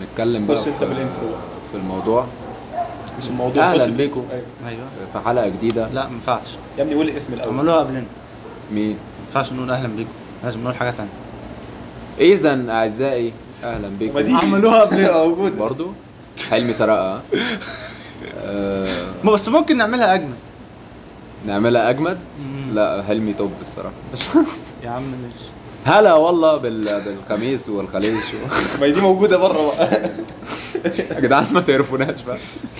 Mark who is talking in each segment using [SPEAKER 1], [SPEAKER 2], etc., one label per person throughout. [SPEAKER 1] نتكلم بقى
[SPEAKER 2] خش انت
[SPEAKER 1] في,
[SPEAKER 2] بالانترو بقى.
[SPEAKER 1] في الموضوع
[SPEAKER 2] مش الموضوع
[SPEAKER 1] اهلا
[SPEAKER 2] خش بال-
[SPEAKER 1] بيكم
[SPEAKER 2] أيوة.
[SPEAKER 3] ايوه
[SPEAKER 1] في حلقه جديده
[SPEAKER 3] لا ما ينفعش
[SPEAKER 2] يا ابني قول الاسم الاول
[SPEAKER 3] عملوها قبلنا
[SPEAKER 1] مين
[SPEAKER 3] ما ينفعش نقول اهلا بيكم لازم نقول حاجه ثانيه
[SPEAKER 1] اذا اعزائي اهلا بيكم
[SPEAKER 2] ما دي-
[SPEAKER 3] عملوها قبلنا موجود
[SPEAKER 1] برضو حلمي سرقه آه،
[SPEAKER 3] بس ممكن نعملها اجمل
[SPEAKER 1] نعملها اجمد
[SPEAKER 3] مم.
[SPEAKER 1] لا حلمي توب الصراحه
[SPEAKER 3] يا عم ماشي
[SPEAKER 1] هلا والله بال... بالخميس والخليش و...
[SPEAKER 2] ما هي دي موجوده بره بقى
[SPEAKER 1] يا جدعان ما تعرفوناش بقى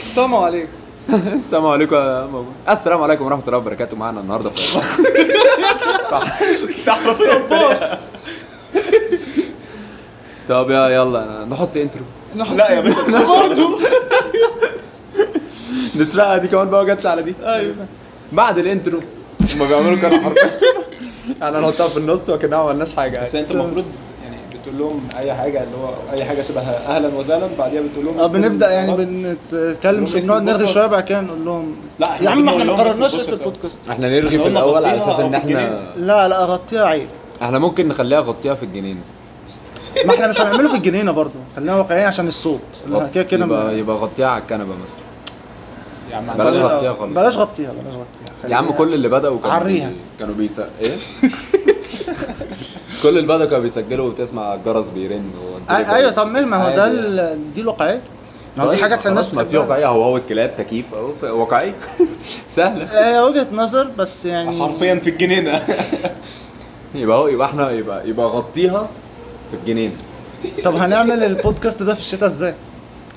[SPEAKER 3] السلام عليكم
[SPEAKER 1] السلام عليكم يا موجود. السلام عليكم ورحمه الله وبركاته معانا النهارده في
[SPEAKER 2] تعرف تنسى.
[SPEAKER 1] طب يا يلا نحط انترو
[SPEAKER 2] لا يا باشا
[SPEAKER 3] انا برضه
[SPEAKER 1] نسرقها دي كمان بقى ما جاتش على دي
[SPEAKER 2] أيوة.
[SPEAKER 1] ايوه بعد الانترو هما بيعملوا كده حرفيا انا نحطها في النص وكانها ما عملناش حاجه
[SPEAKER 2] بس انت المفروض يعني بتقول لهم اي حاجه اللي هو اي حاجه شبه اهلا وسهلا بعديها بتقول لهم
[SPEAKER 1] آه،
[SPEAKER 3] اه
[SPEAKER 2] اسم
[SPEAKER 3] بنبدا يعني
[SPEAKER 2] البودكاست.
[SPEAKER 3] بنتكلم شويه
[SPEAKER 2] اسم
[SPEAKER 3] بنقعد نرغي
[SPEAKER 2] البودكاست.
[SPEAKER 3] شويه بعد كده نقول لهم
[SPEAKER 2] لا، إحنا
[SPEAKER 3] يا عم
[SPEAKER 2] كنا
[SPEAKER 3] ما احنا
[SPEAKER 2] قلنا
[SPEAKER 3] ما
[SPEAKER 2] لهم اسم
[SPEAKER 3] قررناش اسم
[SPEAKER 2] البودكاست
[SPEAKER 3] البودكاست
[SPEAKER 1] احنا نرغي في
[SPEAKER 2] إحنا قلنا
[SPEAKER 1] الاول على
[SPEAKER 2] غطيها
[SPEAKER 1] اساس ان
[SPEAKER 2] أو في
[SPEAKER 1] احنا
[SPEAKER 3] لا لا اغطيها عيب
[SPEAKER 1] احنا ممكن نخليها غطيها في الجنينه
[SPEAKER 3] ما احنا مش هنعمله في الجنينه برضه خلينا واقعيين عشان الصوت احنا كده كده
[SPEAKER 1] يبقى
[SPEAKER 3] ما-
[SPEAKER 1] يبقى غطيها على الكنبه مثلا
[SPEAKER 2] يا عم
[SPEAKER 1] بلاش
[SPEAKER 2] عندنا-
[SPEAKER 1] غطيها خالص.
[SPEAKER 3] بلاش غطيها بلاش غطيها
[SPEAKER 1] يا عم كل اللي بدأوا كانوا
[SPEAKER 3] عريها.
[SPEAKER 1] بي... كانوا بيسق ايه؟ كل اللي بدأوا كانوا بيسجلوا وبتسمع الجرس بيرن هو أنت ليه
[SPEAKER 3] أي- ايوه
[SPEAKER 1] جاي؟
[SPEAKER 3] طب ماشي ما هو
[SPEAKER 1] عادي
[SPEAKER 3] ده
[SPEAKER 1] يعني.
[SPEAKER 3] ال- دي الواقعيه ما هو دي
[SPEAKER 1] طيب،
[SPEAKER 3] حاجات الناس
[SPEAKER 1] خلاص، ما في
[SPEAKER 3] بتحبها
[SPEAKER 1] واقعية هو هو كلاب تكييف اهو في- واقعية سهلة
[SPEAKER 3] هي وجهه آه، نظر بس يعني
[SPEAKER 2] حرفيا في الجنينه
[SPEAKER 1] يبقى هو يبقى احنا يبقى يبقى غطيها في الجنين
[SPEAKER 3] طب هنعمل البودكاست ده في الشتاء ازاي؟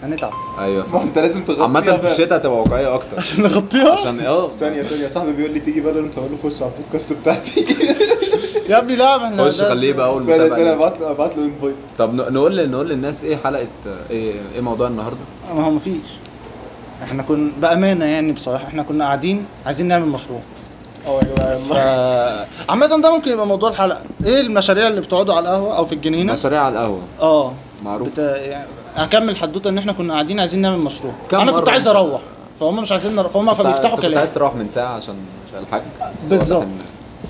[SPEAKER 3] هنتعب
[SPEAKER 1] ايوه
[SPEAKER 2] ما
[SPEAKER 1] صح
[SPEAKER 2] انت لازم تغطيها
[SPEAKER 1] عامة في
[SPEAKER 2] بقى.
[SPEAKER 1] الشتاء هتبقى واقعية أكتر
[SPEAKER 3] نغطيها؟
[SPEAKER 1] عشان اه
[SPEAKER 2] ثانية ثانية صاحبي بيقول لي تيجي بدل انت هقول له خش على البودكاست بتاعتي
[SPEAKER 3] يا ابني لا ما احنا
[SPEAKER 1] خش
[SPEAKER 3] ده-
[SPEAKER 1] خليه يبقى أول
[SPEAKER 2] ثانية
[SPEAKER 1] متابع
[SPEAKER 2] ثانية
[SPEAKER 1] ليك.
[SPEAKER 2] ابعت له ابعت له انفايت
[SPEAKER 1] طب ن- نقول ل- نقول للناس ايه حلقة ايه ايه موضوع النهاردة؟
[SPEAKER 3] ما هو مفيش احنا كنا بامانه يعني بصراحه احنا كنا قاعدين عايزين نعمل مشروع
[SPEAKER 2] اه يا جماعة
[SPEAKER 3] ف
[SPEAKER 2] يلا
[SPEAKER 3] عامه ده ممكن يبقى موضوع الحلقه ايه المشاريع اللي بتقعدوا على القهوه او في الجنينه
[SPEAKER 1] مشاريع على القهوه
[SPEAKER 3] اه
[SPEAKER 1] معروف.
[SPEAKER 3] بت... يعني هكمل حدوته ان احنا كنا قاعدين عايزين نعمل مشروع
[SPEAKER 1] كم
[SPEAKER 3] انا
[SPEAKER 1] مرة
[SPEAKER 3] كنت عايز
[SPEAKER 1] أنت-
[SPEAKER 3] اروح فهم مش عايزين نروح فهم آه، فبيفتحوا
[SPEAKER 1] أنت كنت
[SPEAKER 3] كلام
[SPEAKER 1] عايز تروح من ساعة عشان عشان الحاج بس هو
[SPEAKER 3] بالظبط
[SPEAKER 1] كان-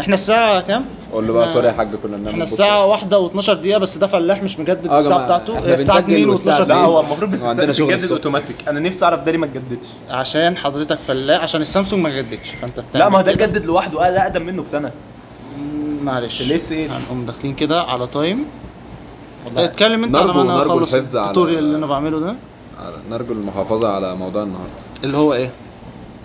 [SPEAKER 3] احنا الساعه كام
[SPEAKER 1] قول له بقى
[SPEAKER 3] احنا-
[SPEAKER 1] سوري يا حاج كنا بنعمل
[SPEAKER 3] احنا الساعة واحدة و12 دقيقة بس ده فلاح مش مجدد
[SPEAKER 1] آه يا جماعة،
[SPEAKER 3] الساعة بتاعته
[SPEAKER 1] احنا
[SPEAKER 3] هي الساعة
[SPEAKER 1] بنسجل
[SPEAKER 3] 2 و12
[SPEAKER 1] والساعة
[SPEAKER 2] لا
[SPEAKER 1] دي-
[SPEAKER 3] دقيقة
[SPEAKER 2] هو المفروض
[SPEAKER 1] هو عندنا شغل
[SPEAKER 2] بتتجدد
[SPEAKER 1] الصبح.
[SPEAKER 2] اوتوماتيك انا نفسي اعرف ده ليه ما اتجددش
[SPEAKER 3] عشان حضرتك فلاح عشان السامسونج ما جددش فانت بتعمل
[SPEAKER 2] لا ما هو ده
[SPEAKER 3] كده.
[SPEAKER 2] اتجدد لوحده قال اقدم منه بسنة
[SPEAKER 3] مم، معلش
[SPEAKER 2] ليه سيد؟
[SPEAKER 1] إيه؟
[SPEAKER 3] هنقوم داخلين كده على تايم
[SPEAKER 2] والله.
[SPEAKER 3] اتكلم انت على
[SPEAKER 1] نرجو-
[SPEAKER 3] ما انا
[SPEAKER 1] نرجو
[SPEAKER 3] اخلص
[SPEAKER 1] الحفظ على-
[SPEAKER 3] التوتوريال اللي انا بعمله ده
[SPEAKER 1] على- نرجو المحافظة على موضوع النهاردة
[SPEAKER 3] اللي هو ايه؟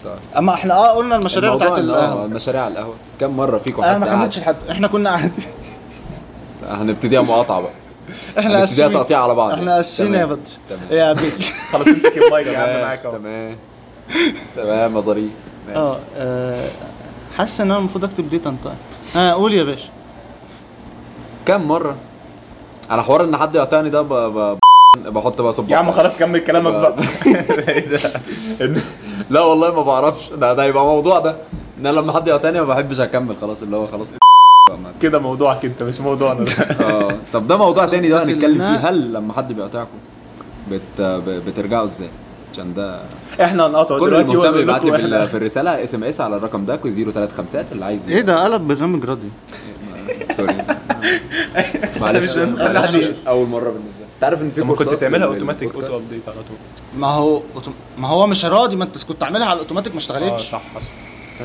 [SPEAKER 1] طيب.
[SPEAKER 3] اما احنا اه قلنا المشاريع
[SPEAKER 1] الموضوع
[SPEAKER 3] بتاعت
[SPEAKER 1] إن- آه،
[SPEAKER 3] القهوة
[SPEAKER 1] المشاريع على القهوة كم مرة فيكم
[SPEAKER 3] انا
[SPEAKER 1] حد
[SPEAKER 3] ما
[SPEAKER 1] قعد
[SPEAKER 3] كملتش لحد احنا كنا قاعدين
[SPEAKER 1] هنبتديها مقاطعة بقى
[SPEAKER 3] احنا
[SPEAKER 1] هنبتديها
[SPEAKER 3] قاسيين
[SPEAKER 1] تقطيع على بعض
[SPEAKER 3] احنا قاسيين يا
[SPEAKER 1] تمام.
[SPEAKER 3] بدر
[SPEAKER 1] تمام.
[SPEAKER 3] يا بيك
[SPEAKER 2] خلاص امسك المايك يا عم معاك اهو
[SPEAKER 1] تمام تمام يا ظريف ماشي.
[SPEAKER 3] اه آه، حاسس ان انا المفروض اكتب ديت ان تايم اه قول يا باشا
[SPEAKER 1] كم مرة انا حوار ان حد يقطعني ده ب... ب... بحط بقى صب
[SPEAKER 2] يا عم خلاص كمل كلامك بقى ايه ده
[SPEAKER 1] لا والله ما بعرفش ده ده يبقى موضوع ده ان انا لما حد يقطعني ما بحبش اكمل خلاص اللي هو خلاص
[SPEAKER 2] كده موضوعك انت مش موضوعنا ده
[SPEAKER 1] اه طب ده موضوع تاني ده هنتكلم
[SPEAKER 3] داخلنا-
[SPEAKER 1] فيه هل لما حد بيقاطعكم بت... ب- بترجعوا ازاي عشان ده
[SPEAKER 2] احنا هنقطعه
[SPEAKER 1] كل
[SPEAKER 2] دلوقتي
[SPEAKER 1] المهتم
[SPEAKER 2] ولا
[SPEAKER 1] يبعت لي
[SPEAKER 2] لكم
[SPEAKER 1] في,
[SPEAKER 2] احنا؟
[SPEAKER 1] ال- في الرساله اس ام اس على الرقم ده 035 اللي عايز
[SPEAKER 2] إيه؟
[SPEAKER 3] ايه ده قلب برنامج راديو
[SPEAKER 1] سوري معلش
[SPEAKER 2] مش-
[SPEAKER 1] معلش،
[SPEAKER 2] مش-
[SPEAKER 1] اول مره بالنسبه لي تعرف ان في
[SPEAKER 2] طب ما كنت
[SPEAKER 1] كورسات
[SPEAKER 2] تعملها
[SPEAKER 1] لل-
[SPEAKER 2] اوتوماتيك
[SPEAKER 1] للبودكاست؟
[SPEAKER 2] اوتو ابديت على طول
[SPEAKER 3] ما هو أوتو- ما هو مش راضي ما انت كنت عاملها على الاوتوماتيك ما
[SPEAKER 2] اه
[SPEAKER 3] اشتغلتش
[SPEAKER 2] صح حصل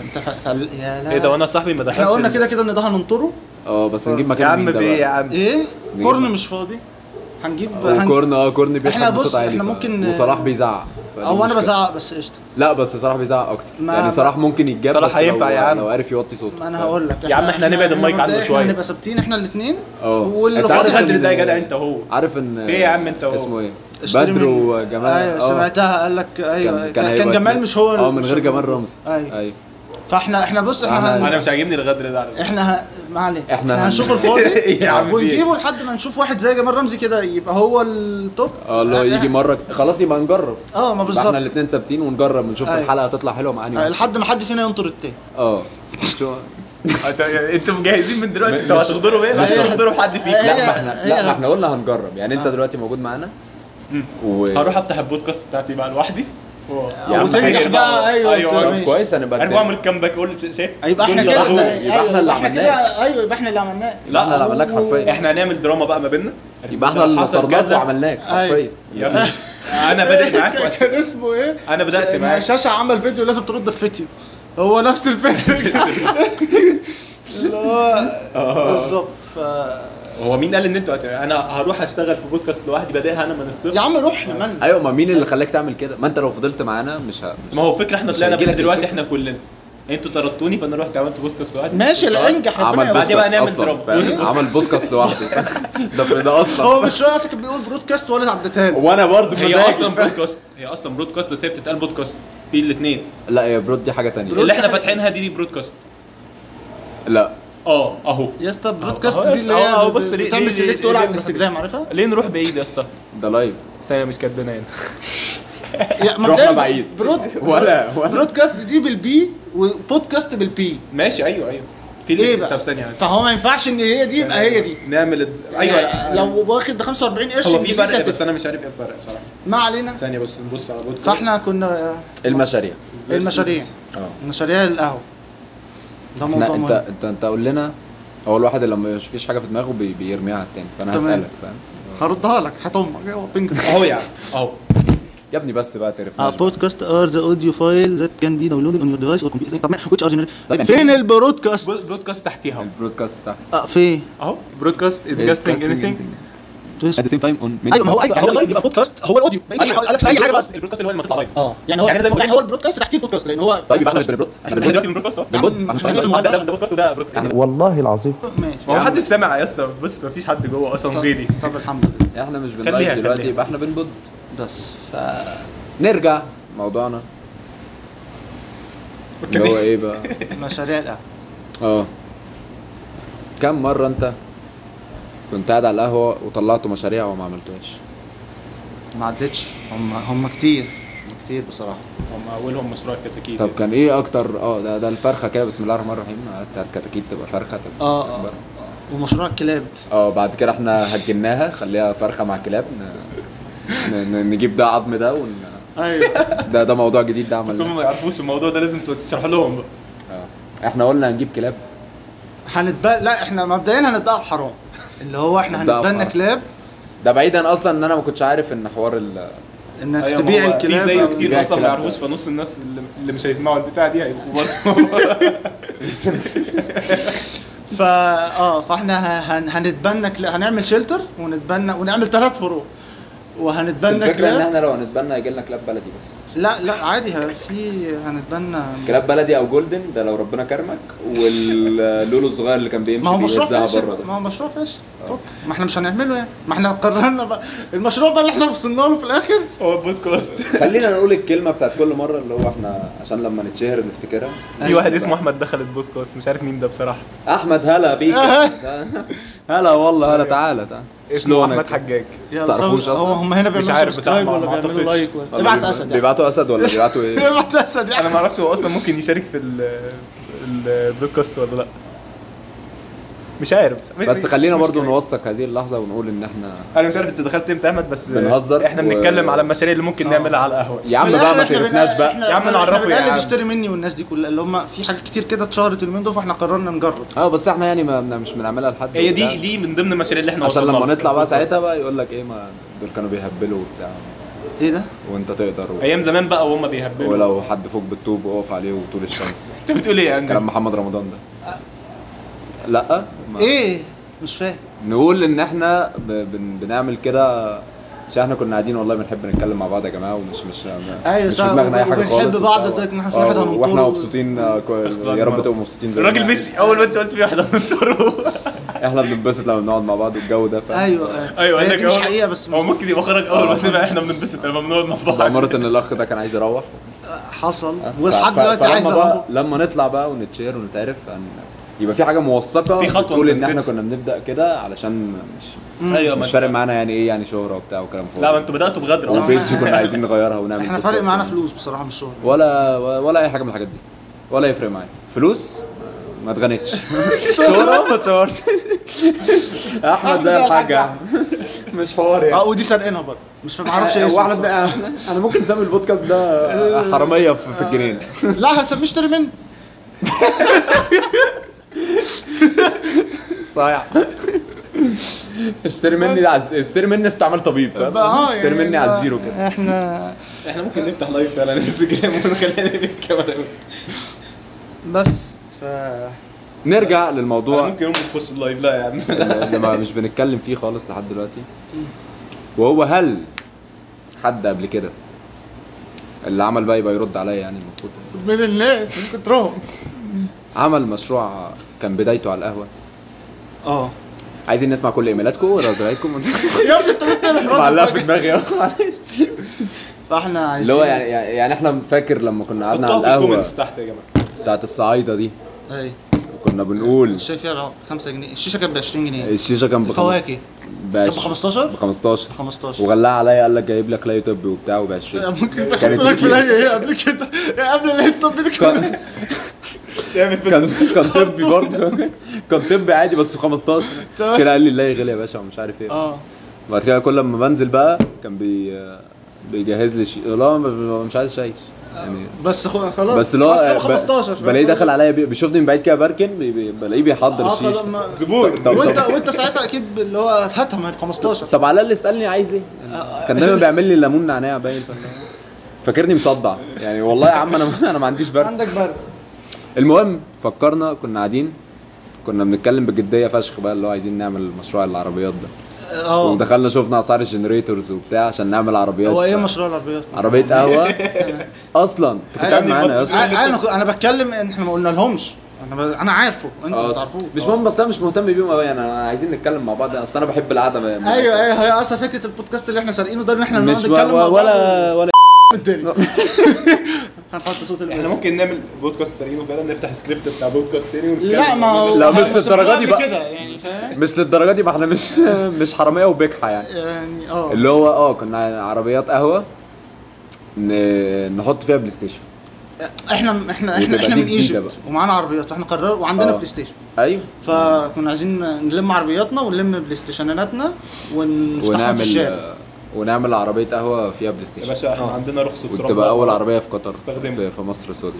[SPEAKER 3] انت ف... ف... آه. يا لا
[SPEAKER 2] ايه ده وانا صاحبي ما دخلش
[SPEAKER 3] آه. احنا قلنا
[SPEAKER 2] ال-
[SPEAKER 3] كده كده ان ده هننطره
[SPEAKER 1] اه بس نجيب
[SPEAKER 2] يا
[SPEAKER 1] مكان
[SPEAKER 2] عم
[SPEAKER 1] مين ده
[SPEAKER 2] بايه يا
[SPEAKER 1] بقى
[SPEAKER 2] عم
[SPEAKER 3] ايه
[SPEAKER 1] نجيب-
[SPEAKER 3] كورن مش فاضي هنجيب هنج-
[SPEAKER 1] وكورن اه كورن بيحكي
[SPEAKER 3] احنا بص،
[SPEAKER 1] بصوت عالي
[SPEAKER 3] احنا
[SPEAKER 1] ف-
[SPEAKER 3] ممكن-
[SPEAKER 1] وصلاح بيزعق فدي
[SPEAKER 3] او انا
[SPEAKER 1] مشكلة.
[SPEAKER 3] بزعق بس قشطه
[SPEAKER 1] لا بس صلاح بيزعق اكتر
[SPEAKER 3] ما-
[SPEAKER 1] يعني صلاح ممكن يتجاب
[SPEAKER 2] صلاح
[SPEAKER 1] بس لو-
[SPEAKER 2] هينفع يا عم.
[SPEAKER 1] لو عارف يوطي صوته
[SPEAKER 3] ما انا هقول لك
[SPEAKER 2] يا عم احنا هنبعد المايك عنه
[SPEAKER 3] مبدئياً
[SPEAKER 2] شوية.
[SPEAKER 3] احنا هنبقى ثابتين احنا الاثنين
[SPEAKER 1] اه
[SPEAKER 3] واللي
[SPEAKER 1] أنت
[SPEAKER 2] تعالى
[SPEAKER 1] عارف
[SPEAKER 3] فاضي
[SPEAKER 1] إن-
[SPEAKER 2] خدري ده يا جدع انت هو
[SPEAKER 1] عارف ان
[SPEAKER 2] في إيه يا عم أنت وهو؟
[SPEAKER 1] اسمه ايه
[SPEAKER 3] اشتري
[SPEAKER 1] بدر
[SPEAKER 3] من-
[SPEAKER 1] وجمال
[SPEAKER 3] ايوه
[SPEAKER 1] آه.
[SPEAKER 3] سمعتها قال لك ايوه
[SPEAKER 1] كان
[SPEAKER 3] كان,
[SPEAKER 1] هيبقى
[SPEAKER 3] كان جمال
[SPEAKER 1] اتنين.
[SPEAKER 3] مش هو
[SPEAKER 1] اه
[SPEAKER 3] ال-
[SPEAKER 1] من
[SPEAKER 3] مش
[SPEAKER 1] غير
[SPEAKER 3] هو-
[SPEAKER 1] جمال رمزي أيوة.
[SPEAKER 3] ايوه فاحنا احنا بص احنا
[SPEAKER 1] احنا-
[SPEAKER 2] انا
[SPEAKER 3] هن...
[SPEAKER 2] مش عاجبني الغدر ده على فكرة.
[SPEAKER 3] احنا ه... ما علينا
[SPEAKER 1] احنا هن-
[SPEAKER 3] احنا هنشوف الفاضي
[SPEAKER 2] يا عم في إيه؟
[SPEAKER 3] ونجيبه لحد ما نشوف واحد زي جمال رمزي كده يبقى هو التوب
[SPEAKER 1] اه اللي هو يجي مره خلاص يبقى نجرب يبقى
[SPEAKER 3] اه ما
[SPEAKER 1] احنا
[SPEAKER 3] بالظبط
[SPEAKER 1] الاثنين ثابتين ونجرب نشوف
[SPEAKER 3] أيوة.
[SPEAKER 1] الحلقه هتطلع حلوه
[SPEAKER 3] آه،
[SPEAKER 1] معانا
[SPEAKER 3] لحد ما حد فينا ينطر التاني
[SPEAKER 1] اه شو-
[SPEAKER 2] أنت- انتوا مجهزين من دلوقتي انتوا
[SPEAKER 1] مش-
[SPEAKER 2] هتغدروا بيه
[SPEAKER 3] مش-
[SPEAKER 2] مش هتغدروا في حد فيك
[SPEAKER 1] لا
[SPEAKER 3] هي-
[SPEAKER 1] ما احنا لا
[SPEAKER 3] هي-
[SPEAKER 1] ما احنا قلنا هنجرب يعني انت
[SPEAKER 3] آه.
[SPEAKER 1] دلوقتي موجود معانا
[SPEAKER 2] اه. مم.
[SPEAKER 1] و
[SPEAKER 2] هروح افتح البودكاست بتاعتي بقى لوحدي
[SPEAKER 1] يا عم
[SPEAKER 3] وتنجح
[SPEAKER 1] خير
[SPEAKER 3] بقى، أيوة،
[SPEAKER 1] طب
[SPEAKER 3] أيوة، ماشي.
[SPEAKER 1] كويس هنبقى
[SPEAKER 2] عارف
[SPEAKER 1] التاني.
[SPEAKER 2] اعمل كامباك اقول ش- شايف
[SPEAKER 3] آه، يبقى احنا
[SPEAKER 2] دول
[SPEAKER 3] كده أيوه،
[SPEAKER 2] يلعبوا.
[SPEAKER 1] يبقى احنا اللي
[SPEAKER 3] احنا كده ايوه يبقى احنا اللي عملناه
[SPEAKER 1] لا احنا اللي عملناك حرفيا
[SPEAKER 2] احنا هنعمل دراما بقى ما بيننا
[SPEAKER 1] يبقى احنا اللي
[SPEAKER 2] حصل
[SPEAKER 1] فرضناه
[SPEAKER 2] كذا. أيوه.
[SPEAKER 1] وعملناك حرفيا
[SPEAKER 2] يا ابني، انا بادئ معاك وأس-
[SPEAKER 3] كان اسمه ايه؟
[SPEAKER 2] أنا بدأت
[SPEAKER 3] ش-
[SPEAKER 2] معاك.
[SPEAKER 3] شاشا عمل فيديو لازم ترد في فيديو هو نفس الفكره اللي هو
[SPEAKER 1] آه.
[SPEAKER 3] بالظبط ف
[SPEAKER 2] هو مين قال ان انتوا هت- انا هروح اشتغل في بودكاست لوحدي بادئها انا من الصفر
[SPEAKER 3] يا عم روح لمن
[SPEAKER 1] ايوه ما مين اللي خلاك تعمل كده ما انت لو فضلت معانا مش ه...
[SPEAKER 2] ما هو فكره احنا
[SPEAKER 1] مش
[SPEAKER 2] طلعنا
[SPEAKER 1] هيجيلك
[SPEAKER 2] بيها دلوقتي
[SPEAKER 1] الفكرة.
[SPEAKER 2] احنا كلنا انتوا طردتوني فانا رحت عملت بودكاست لوحدي
[SPEAKER 3] ماشي لا انجح ربنا
[SPEAKER 1] عمل
[SPEAKER 2] بعد
[SPEAKER 3] يوفقك.
[SPEAKER 1] بودكاست
[SPEAKER 2] بقى نعمل
[SPEAKER 1] اصلا
[SPEAKER 2] دروب.
[SPEAKER 1] فاهم؟ عمل بودكاست لوحده ده في ده
[SPEAKER 3] هو
[SPEAKER 1] اصلا
[SPEAKER 3] مش راسك بيقول برودكاست ولا عدتها له
[SPEAKER 1] وانا برضه
[SPEAKER 2] هي
[SPEAKER 1] مزاجي،
[SPEAKER 2] اصلا
[SPEAKER 1] فاهم؟
[SPEAKER 2] بودكاست هي اصلا برودكاست بس هي بتتقال بودكاست في الاثنين
[SPEAKER 1] لا يا برود دي حاجه تانية
[SPEAKER 2] اللي احنا فاتحينها دي دي برودكاست
[SPEAKER 1] لا
[SPEAKER 2] اه اهو
[SPEAKER 3] يا اسطى برودكاست
[SPEAKER 2] أهو
[SPEAKER 3] دي
[SPEAKER 2] يا
[SPEAKER 3] اللي
[SPEAKER 2] اسطى،
[SPEAKER 3] هي
[SPEAKER 2] أهو آه، بص ليه- ليه-
[SPEAKER 3] بتعمل
[SPEAKER 2] ليه-
[SPEAKER 3] سيلكت تقول
[SPEAKER 2] ليه
[SPEAKER 3] على
[SPEAKER 2] بنحط-
[SPEAKER 3] الانستجرام عارفها؟
[SPEAKER 2] ليه نروح بعيد يا اسطى
[SPEAKER 1] ده لايف
[SPEAKER 2] ثانيه مش كاتبينها هنا
[SPEAKER 3] يا-
[SPEAKER 1] رحنا
[SPEAKER 3] مبدئياً
[SPEAKER 1] بعيد.
[SPEAKER 3] برود
[SPEAKER 1] ولا- ولا.
[SPEAKER 3] برودكاست دي بالبي وبودكاست بالبي
[SPEAKER 2] ماشي ايوه ايوه في
[SPEAKER 3] ايه
[SPEAKER 2] اللي-
[SPEAKER 3] بقى؟
[SPEAKER 2] طب ثانيه بس.
[SPEAKER 3] فهو ما ينفعش ان هي دي يبقى هي دي
[SPEAKER 2] نعمل الد- ايوه
[SPEAKER 3] يعني لو واخد ب 45 قرش
[SPEAKER 2] هو في
[SPEAKER 3] إنجليزي
[SPEAKER 2] فرق
[SPEAKER 3] هتبقى-
[SPEAKER 2] بس انا مش عارف ايه الفرق بصراحه
[SPEAKER 3] ما علينا
[SPEAKER 2] ثانيه بس نبص على بودكاست
[SPEAKER 3] فاحنا كنا
[SPEAKER 1] المشاريع
[SPEAKER 3] المشاريع
[SPEAKER 1] اه
[SPEAKER 3] مشاريع القهوه ده
[SPEAKER 1] احنا
[SPEAKER 3] موضوع
[SPEAKER 1] انت
[SPEAKER 3] مهم
[SPEAKER 1] انت انت قول لنا هو الواحد لما مفيش حاجه في دماغه بي- بيرميها على التاني فانا
[SPEAKER 3] تمام.
[SPEAKER 1] هسالك فاهم
[SPEAKER 3] هردها لك هتأمك ايوه بينج
[SPEAKER 2] اهو يا عم اهو
[SPEAKER 1] يا ابني بس بقى
[SPEAKER 2] آه،
[SPEAKER 4] Our
[SPEAKER 1] تعرفناش بقى.
[SPEAKER 4] podcasts are Uh, the audio file that can be downloaded on your device or computer طب which are generated
[SPEAKER 1] طب
[SPEAKER 4] فين البرودكاست؟
[SPEAKER 2] بص- بودكاست تحتيها
[SPEAKER 1] البرودكاست بتاعك
[SPEAKER 4] اه فين؟
[SPEAKER 2] اهو برودكاست از جاستنج اني
[SPEAKER 1] at the same time on many
[SPEAKER 3] ايوه ما هو ايوه هو يبقى بودكاست هو الاوديو ايوه قالك اي حاجه بس
[SPEAKER 2] البودكاست اللي هو لما تطلع لايف
[SPEAKER 3] اه يعني هو
[SPEAKER 2] يعني زي ما
[SPEAKER 3] يعني هو البودكاست تحتيه البودكاست لان هو طيب.
[SPEAKER 1] طيب يبقى احنا مش بنبرد احنا
[SPEAKER 2] احنا
[SPEAKER 1] بنبرد
[SPEAKER 2] دلوقتي من برودكاست
[SPEAKER 3] آه.
[SPEAKER 2] أهو.
[SPEAKER 1] بنبرد احنا مش
[SPEAKER 2] ده
[SPEAKER 1] بنبرد.
[SPEAKER 2] ده بودكاست وده بودكاست
[SPEAKER 1] احنا
[SPEAKER 3] أمم، ماشي
[SPEAKER 2] ما هو محدش سامع يا اسطى بص ما فيش حد جوه اصلا غيري
[SPEAKER 3] طب- طب الحمد لله
[SPEAKER 1] احنا مش
[SPEAKER 2] خليها-
[SPEAKER 1] بنبرد دلوقتي
[SPEAKER 2] خليها.
[SPEAKER 1] يبقى احنا بنبرد
[SPEAKER 3] بس
[SPEAKER 1] نرجع موضوعنا اللي هو ايه بقى
[SPEAKER 3] مشاريع القهوه
[SPEAKER 1] اه كم مره انت كنت قاعد على القهوه وطلعت مشاريع وما عملتوهاش
[SPEAKER 3] ما عدتش هم هم كتير كتير بصراحه
[SPEAKER 2] هم اولهم مشروع كتاكيت
[SPEAKER 1] طب كان ايه اكتر اه ده ده الفرخه كده بسم الله الرحمن الرحيم بتاعت كتاكيت تبقى فرخه تبقى
[SPEAKER 3] اه اه
[SPEAKER 1] تكبر.
[SPEAKER 3] آه. ومشروع الكلاب
[SPEAKER 1] اه بعد كده احنا هجناها خليها فرخه مع كلاب ن... ن... ن- نجيب ده عظم ده ون...
[SPEAKER 3] ايوه
[SPEAKER 1] ده ده موضوع جديد ده
[SPEAKER 2] بس هم
[SPEAKER 1] عملناه
[SPEAKER 2] ما يعرفوش الموضوع ده لازم تشرح لهم بقى
[SPEAKER 1] اه احنا قلنا هنجيب كلاب
[SPEAKER 3] هنتبقى لا احنا مبدئيا هنبدأ بحرام اللي هو احنا
[SPEAKER 1] نبدأها
[SPEAKER 3] هنتبنى
[SPEAKER 1] بحرام.
[SPEAKER 3] كلاب
[SPEAKER 1] ده بعيدا اصلا ان انا ما كنتش عارف ان حوار ال...
[SPEAKER 3] انك
[SPEAKER 2] أيوة، ما
[SPEAKER 3] تبيع
[SPEAKER 2] هو
[SPEAKER 3] الكلاب
[SPEAKER 2] في زيه
[SPEAKER 3] أو-
[SPEAKER 2] كتير
[SPEAKER 1] بيع
[SPEAKER 2] اصلا ما
[SPEAKER 1] الكلاب
[SPEAKER 2] يعرفوش
[SPEAKER 1] ده.
[SPEAKER 2] فنص الناس اللي- اللي مش هيسمعوا البتاع دي هيبقوا برضه
[SPEAKER 3] فا اه فاحنا ه- هن... هنتبنى كلاب هنعمل شيلتر ونتبنى ونعمل ثلاث فروع
[SPEAKER 1] بس
[SPEAKER 3] وهنتبنى
[SPEAKER 1] الفكره ان
[SPEAKER 3] كلاب
[SPEAKER 1] احنا لو هنتبنى هيجي لنا كلاب بلدي بس
[SPEAKER 3] لا لا عادي ه- في هنتبنى
[SPEAKER 1] كلاب بلدي او جولدن ده لو ربنا كرمك واللولو الصغير اللي كان بيمشي
[SPEAKER 3] ما هو
[SPEAKER 1] بيه
[SPEAKER 3] مشروع
[SPEAKER 1] يوزعها
[SPEAKER 3] فاشل
[SPEAKER 1] بره
[SPEAKER 3] بقى،
[SPEAKER 1] ده.
[SPEAKER 3] ما هو مشروع فاشل فك ما احنا مش هنعمله يعني ما احنا قررنا بقى المشروع بقى اللي احنا وصلنا له في الاخر
[SPEAKER 2] هو بودكاست
[SPEAKER 1] خلينا نقول الكلمه بتاعت كل مره اللي هو احنا عشان لما نتشهر نفتكرها
[SPEAKER 2] في واحد اسمه احمد دخل البودكاست مش عارف مين ده بصراحه
[SPEAKER 1] احمد هلا بيك هلا والله هلا تعالى تعالى
[SPEAKER 2] أيوه. اسمه
[SPEAKER 1] لونك؟
[SPEAKER 2] احمد حاج
[SPEAKER 3] يا
[SPEAKER 1] تعرفوش
[SPEAKER 3] لو-
[SPEAKER 1] أصلاً؟
[SPEAKER 3] هو هم هنا بيعملوا
[SPEAKER 2] عارف بصراحة،
[SPEAKER 3] سبسكرايب
[SPEAKER 2] ما- ما
[SPEAKER 3] ولا بيعملوا
[SPEAKER 2] أعتقدش.
[SPEAKER 3] لايك ولا ابعت اسد يعني
[SPEAKER 1] بيبعتوا اسد ولا بيبعتوا ايه؟
[SPEAKER 3] ابعت اسد
[SPEAKER 2] انا
[SPEAKER 3] يعني
[SPEAKER 2] ما اعرفش هو اصلا ممكن يشارك في ال- البودكاست ولا لا مش عارف بس,
[SPEAKER 1] بس خلينا
[SPEAKER 2] مش
[SPEAKER 1] برضو
[SPEAKER 2] مشكلة.
[SPEAKER 1] نوثق هذه اللحظه ونقول ان احنا
[SPEAKER 2] انا مش عارف انت دخلت امتى يا احمد بس
[SPEAKER 1] بنهزر
[SPEAKER 2] احنا
[SPEAKER 1] و-
[SPEAKER 2] بنتكلم على المشاريع اللي
[SPEAKER 3] آه.
[SPEAKER 2] ممكن نعملها على القهوه
[SPEAKER 1] يا عم
[SPEAKER 3] من
[SPEAKER 1] بقى
[SPEAKER 3] الآخر
[SPEAKER 1] ما
[SPEAKER 3] إحنا بن-
[SPEAKER 1] تعرفناش بقى
[SPEAKER 3] إحنا-
[SPEAKER 2] يا عم
[SPEAKER 3] إحنا
[SPEAKER 2] نعرفه يا
[SPEAKER 3] بنقلد
[SPEAKER 2] عم.
[SPEAKER 3] اشتري مني والناس دي كلها اللي هم في حاجات كتير كده اتشهرت اليومين دول فاحنا قررنا نجرب
[SPEAKER 1] اه بس احنا يعني ما ما- مش بنعملها لحد
[SPEAKER 2] هي دي
[SPEAKER 1] وبتاع.
[SPEAKER 2] دي من ضمن المشاريع اللي احنا
[SPEAKER 1] عشان
[SPEAKER 2] وصلنا
[SPEAKER 1] لما
[SPEAKER 2] لها.
[SPEAKER 1] نطلع بقى ساعتها بقى يقول لك ايه ما دول كانوا بيهبلوا وبتاع
[SPEAKER 3] ايه ده؟
[SPEAKER 1] وانت تقدر و...
[SPEAKER 2] ايام زمان بقى وهم أيوة، بيهبلوا
[SPEAKER 1] ولو حد فوق بالطوب وقف عليه وطول الشمس
[SPEAKER 2] انت بتقول ايه يا عم
[SPEAKER 1] كلام محمد رمضان ده لا ما-
[SPEAKER 3] ايه؟ مش فاهم
[SPEAKER 1] نقول ان احنا ب... بن... بنعمل كده عشان احنا كنا قاعدين والله بنحب نتكلم مع بعض يا جماعه ومش مش
[SPEAKER 3] أيوة
[SPEAKER 1] مش في
[SPEAKER 3] صح،
[SPEAKER 1] دماغنا اي حاجه
[SPEAKER 3] وبنحب
[SPEAKER 1] خالص
[SPEAKER 3] بعض
[SPEAKER 1] وبتاع.
[SPEAKER 3] لدرجة إن إحنا في
[SPEAKER 1] آه،
[SPEAKER 3] واحد هننطره.
[SPEAKER 1] واحنا مبسوطين آه، كو-
[SPEAKER 2] استغفر
[SPEAKER 1] يا
[SPEAKER 2] الله.
[SPEAKER 1] رب تبقوا مبسوطين زي
[SPEAKER 2] الراجل مشي اول ما انت قلت في واحد هنطره
[SPEAKER 1] احنا بننبسط لما بنقعد مع بعض والجو ده فاهم؟
[SPEAKER 3] ايوه
[SPEAKER 2] ايوه
[SPEAKER 3] هي
[SPEAKER 2] قال لك
[SPEAKER 3] دي مش
[SPEAKER 2] أول-
[SPEAKER 3] حقيقه بس
[SPEAKER 2] هو ممكن يبقى خرج اول ما سمع احنا بننبسط لما بنقعد مع بعض
[SPEAKER 1] مرة ان الاخ ده كان عايز يروح
[SPEAKER 3] حصل
[SPEAKER 1] ف-
[SPEAKER 3] ولحد
[SPEAKER 1] ف-
[SPEAKER 3] دلوقتي
[SPEAKER 1] فلما
[SPEAKER 3] عايز
[SPEAKER 1] بقى-
[SPEAKER 3] اروح
[SPEAKER 1] لما نطلع بقى ونتشير ونتعرف ان يبقى في حاجه موثقه
[SPEAKER 2] في خطوة
[SPEAKER 1] بتقول
[SPEAKER 2] أنت
[SPEAKER 1] ان احنا
[SPEAKER 2] نسيتها.
[SPEAKER 1] كنا بنبدا كده علشان مش
[SPEAKER 2] ايوه ما
[SPEAKER 1] مش فارق معانا يعني ايه يعني شهره وبتاع وكلام فاضي
[SPEAKER 2] لا ما انتوا بداتوا بغدر اصلا
[SPEAKER 1] والبيج كنا عايزين نغيرها ونعمل
[SPEAKER 3] احنا
[SPEAKER 1] بودكاست
[SPEAKER 3] فارق معانا
[SPEAKER 1] ونعمل-
[SPEAKER 3] فلوس بصراحه مش شهره
[SPEAKER 1] ولا ولا اي حاجه من الحاجات دي ولا يفرق معايا فلوس ما اتغنتش شهره ما اتشهرتش احمد زي الحاج أحمد. مش حوار يعني
[SPEAKER 3] اه ودي سرقينها برضه مش فاهم معرفش ايه
[SPEAKER 1] هو
[SPEAKER 3] اسمه
[SPEAKER 1] احنا
[SPEAKER 3] بصراحة.
[SPEAKER 1] بن- انا ممكن نسمي البودكاست ده حراميه في في الجنين
[SPEAKER 3] لا هنسميه اشتري مني
[SPEAKER 1] صايع اشتري مني عز... اشتري مني استعمال طبيب فاهم
[SPEAKER 3] بقى آه،
[SPEAKER 1] اشتري
[SPEAKER 3] يعني
[SPEAKER 1] مني على
[SPEAKER 3] بقى-
[SPEAKER 1] الزيرو كده
[SPEAKER 3] احنا
[SPEAKER 2] احنا ممكن نفتح لايف فعلا انستجرام ونخلينا بالكاميرا
[SPEAKER 3] بس ف
[SPEAKER 1] نرجع للموضوع
[SPEAKER 2] آه، ممكن يوم تخش اللايف لا يا عم
[SPEAKER 1] اللي ما مش بنتكلم فيه خالص لحد دلوقتي وهو هل حد قبل كده اللي عمل بقى يبقى يرد عليا يعني المفروض
[SPEAKER 3] من الناس من كترهم
[SPEAKER 1] عمل مشروع كان بدايته على القهوه
[SPEAKER 3] اه
[SPEAKER 1] عايزين نسمع كل ايميلاتكم ورزقاتكم
[SPEAKER 3] يا ابني انت قلت لي
[SPEAKER 1] معلقه في دماغي أهو.
[SPEAKER 3] فاحنا عايزين
[SPEAKER 1] اللي هو يعني يعني احنا فاكر لما كنا قعدنا على
[SPEAKER 2] حطها في
[SPEAKER 1] القهوه
[SPEAKER 2] الكومنتس تحت يا جماعه
[SPEAKER 1] بتاعت الصعايده دي
[SPEAKER 3] ايوه
[SPEAKER 1] وكنا بنقول
[SPEAKER 3] الشاي فيها العقد 5 جنيه الشيشه كانت ب 20 جنيه
[SPEAKER 1] الشيشه كان بخمس-
[SPEAKER 3] الفواكه
[SPEAKER 1] بعش-
[SPEAKER 3] كانت بخمسطاشر؟
[SPEAKER 1] ب 15
[SPEAKER 3] 15
[SPEAKER 1] وغلاها عليا قال لك جايب لك لاي طبي وبتاع وب 20
[SPEAKER 3] ممكن
[SPEAKER 1] كانت
[SPEAKER 3] بحط لك في
[SPEAKER 1] كتير.
[SPEAKER 3] الهيئة ايه قبل كده إيه قبل اللي انت بتتكلم
[SPEAKER 1] كان
[SPEAKER 3] يعني
[SPEAKER 1] كان كان طبي برضه كان طبي عادي بس 15
[SPEAKER 3] تمام.
[SPEAKER 1] كده قال لي لا غالي يا باشا ومش عارف ايه
[SPEAKER 3] اه
[SPEAKER 1] بعد كده كل ما بنزل بقى كان بي بيجهز لي شيء لا ما- ما- مش عايز شاي يعني
[SPEAKER 3] بس خو- خلاص
[SPEAKER 1] بس اللي هو
[SPEAKER 3] خلاص
[SPEAKER 1] ب-
[SPEAKER 3] طب 15 فاهم؟
[SPEAKER 1] بلاقيه داخل عليا بي- بيشوفني من بعيد كده بركن بي- بي- بلاقيه بيحضر
[SPEAKER 3] اه خلاص
[SPEAKER 1] الشيشه
[SPEAKER 3] ما-
[SPEAKER 2] زبون
[SPEAKER 1] طب-
[SPEAKER 3] وانت
[SPEAKER 1] طب-
[SPEAKER 3] وانت ساعتها اكيد اللي هو هتهاتها ما هي ب 15
[SPEAKER 1] طب على اللي اسالني عايز ايه كان دايما بيعمل لي ليمون نعناع باين فاللي هو- فاكرني مصدع يعني والله يا عم انا انا ما عنديش برد
[SPEAKER 3] عندك برد
[SPEAKER 1] المهم فكرنا كنا قاعدين كنا بنتكلم بجديه فشخ بقى اللي هو عايزين نعمل مشروع العربيات ده
[SPEAKER 3] اه
[SPEAKER 1] ودخلنا شفنا اسعار الجنريتورز وبتاع عشان نعمل عربيات
[SPEAKER 3] هو ايه مشروع العربيات؟ آه، يعني
[SPEAKER 1] عربيه قهوه اصلا انت كنت
[SPEAKER 3] أيوة،
[SPEAKER 1] قاعد معانا يا اسطى
[SPEAKER 3] ع- انا آه، كو- انا بتكلم ان احنا ما قلنا لهمش انا ب... انا عارفه انتوا ما
[SPEAKER 1] آه،
[SPEAKER 3] تعرفوش
[SPEAKER 1] مش مهم بس انا مش مهتم بيهم قوي انا عايزين نتكلم مع بعض اصل انا بحب القعده مع-
[SPEAKER 3] ايوه ايوه هي اصلا فكره البودكاست اللي احنا سارقينه ده ان احنا نقعد
[SPEAKER 1] مش و...
[SPEAKER 3] نتكلم مع
[SPEAKER 1] و-
[SPEAKER 3] بعض
[SPEAKER 1] ولا ولا
[SPEAKER 3] الدنيا هنحط صوت
[SPEAKER 2] احنا
[SPEAKER 3] البيز
[SPEAKER 2] ممكن نعمل بودكاست سريع فعلا نفتح سكريبت بتاع بودكاست تاني ونتكلم
[SPEAKER 3] لا ما هو
[SPEAKER 1] لا، مش للدرجة دي بقى.
[SPEAKER 3] كده يعني فاهم
[SPEAKER 1] مش للدرجه دي ما احنا مش مش حراميه وبجحه يعني
[SPEAKER 3] يعني اه
[SPEAKER 1] اللي هو اه كنا عربيات قهوه ن- نحط فيها بلاي ستيشن
[SPEAKER 3] احنا احنا احنا
[SPEAKER 1] وتبقى
[SPEAKER 3] احنا
[SPEAKER 1] دي
[SPEAKER 3] من
[SPEAKER 1] جديدة
[SPEAKER 3] ايجيبت
[SPEAKER 1] بقى.
[SPEAKER 3] ومعانا عربيات احنا قررنا وعندنا
[SPEAKER 1] آه.
[SPEAKER 3] بلاي ستيشن
[SPEAKER 1] ايوه
[SPEAKER 3] فكنا عايزين نلم عربياتنا ونلم بلاي ستيشناتنا ونفتحها في الشارع
[SPEAKER 1] ونعمل ونعمل عربيه قهوه فيها بلاي
[SPEAKER 2] يا
[SPEAKER 1] ستيشن
[SPEAKER 2] باشا احنا عندنا رخصه
[SPEAKER 1] وتبقى اول عربيه في قطر
[SPEAKER 2] استخدمها.
[SPEAKER 1] في, في مصر سوري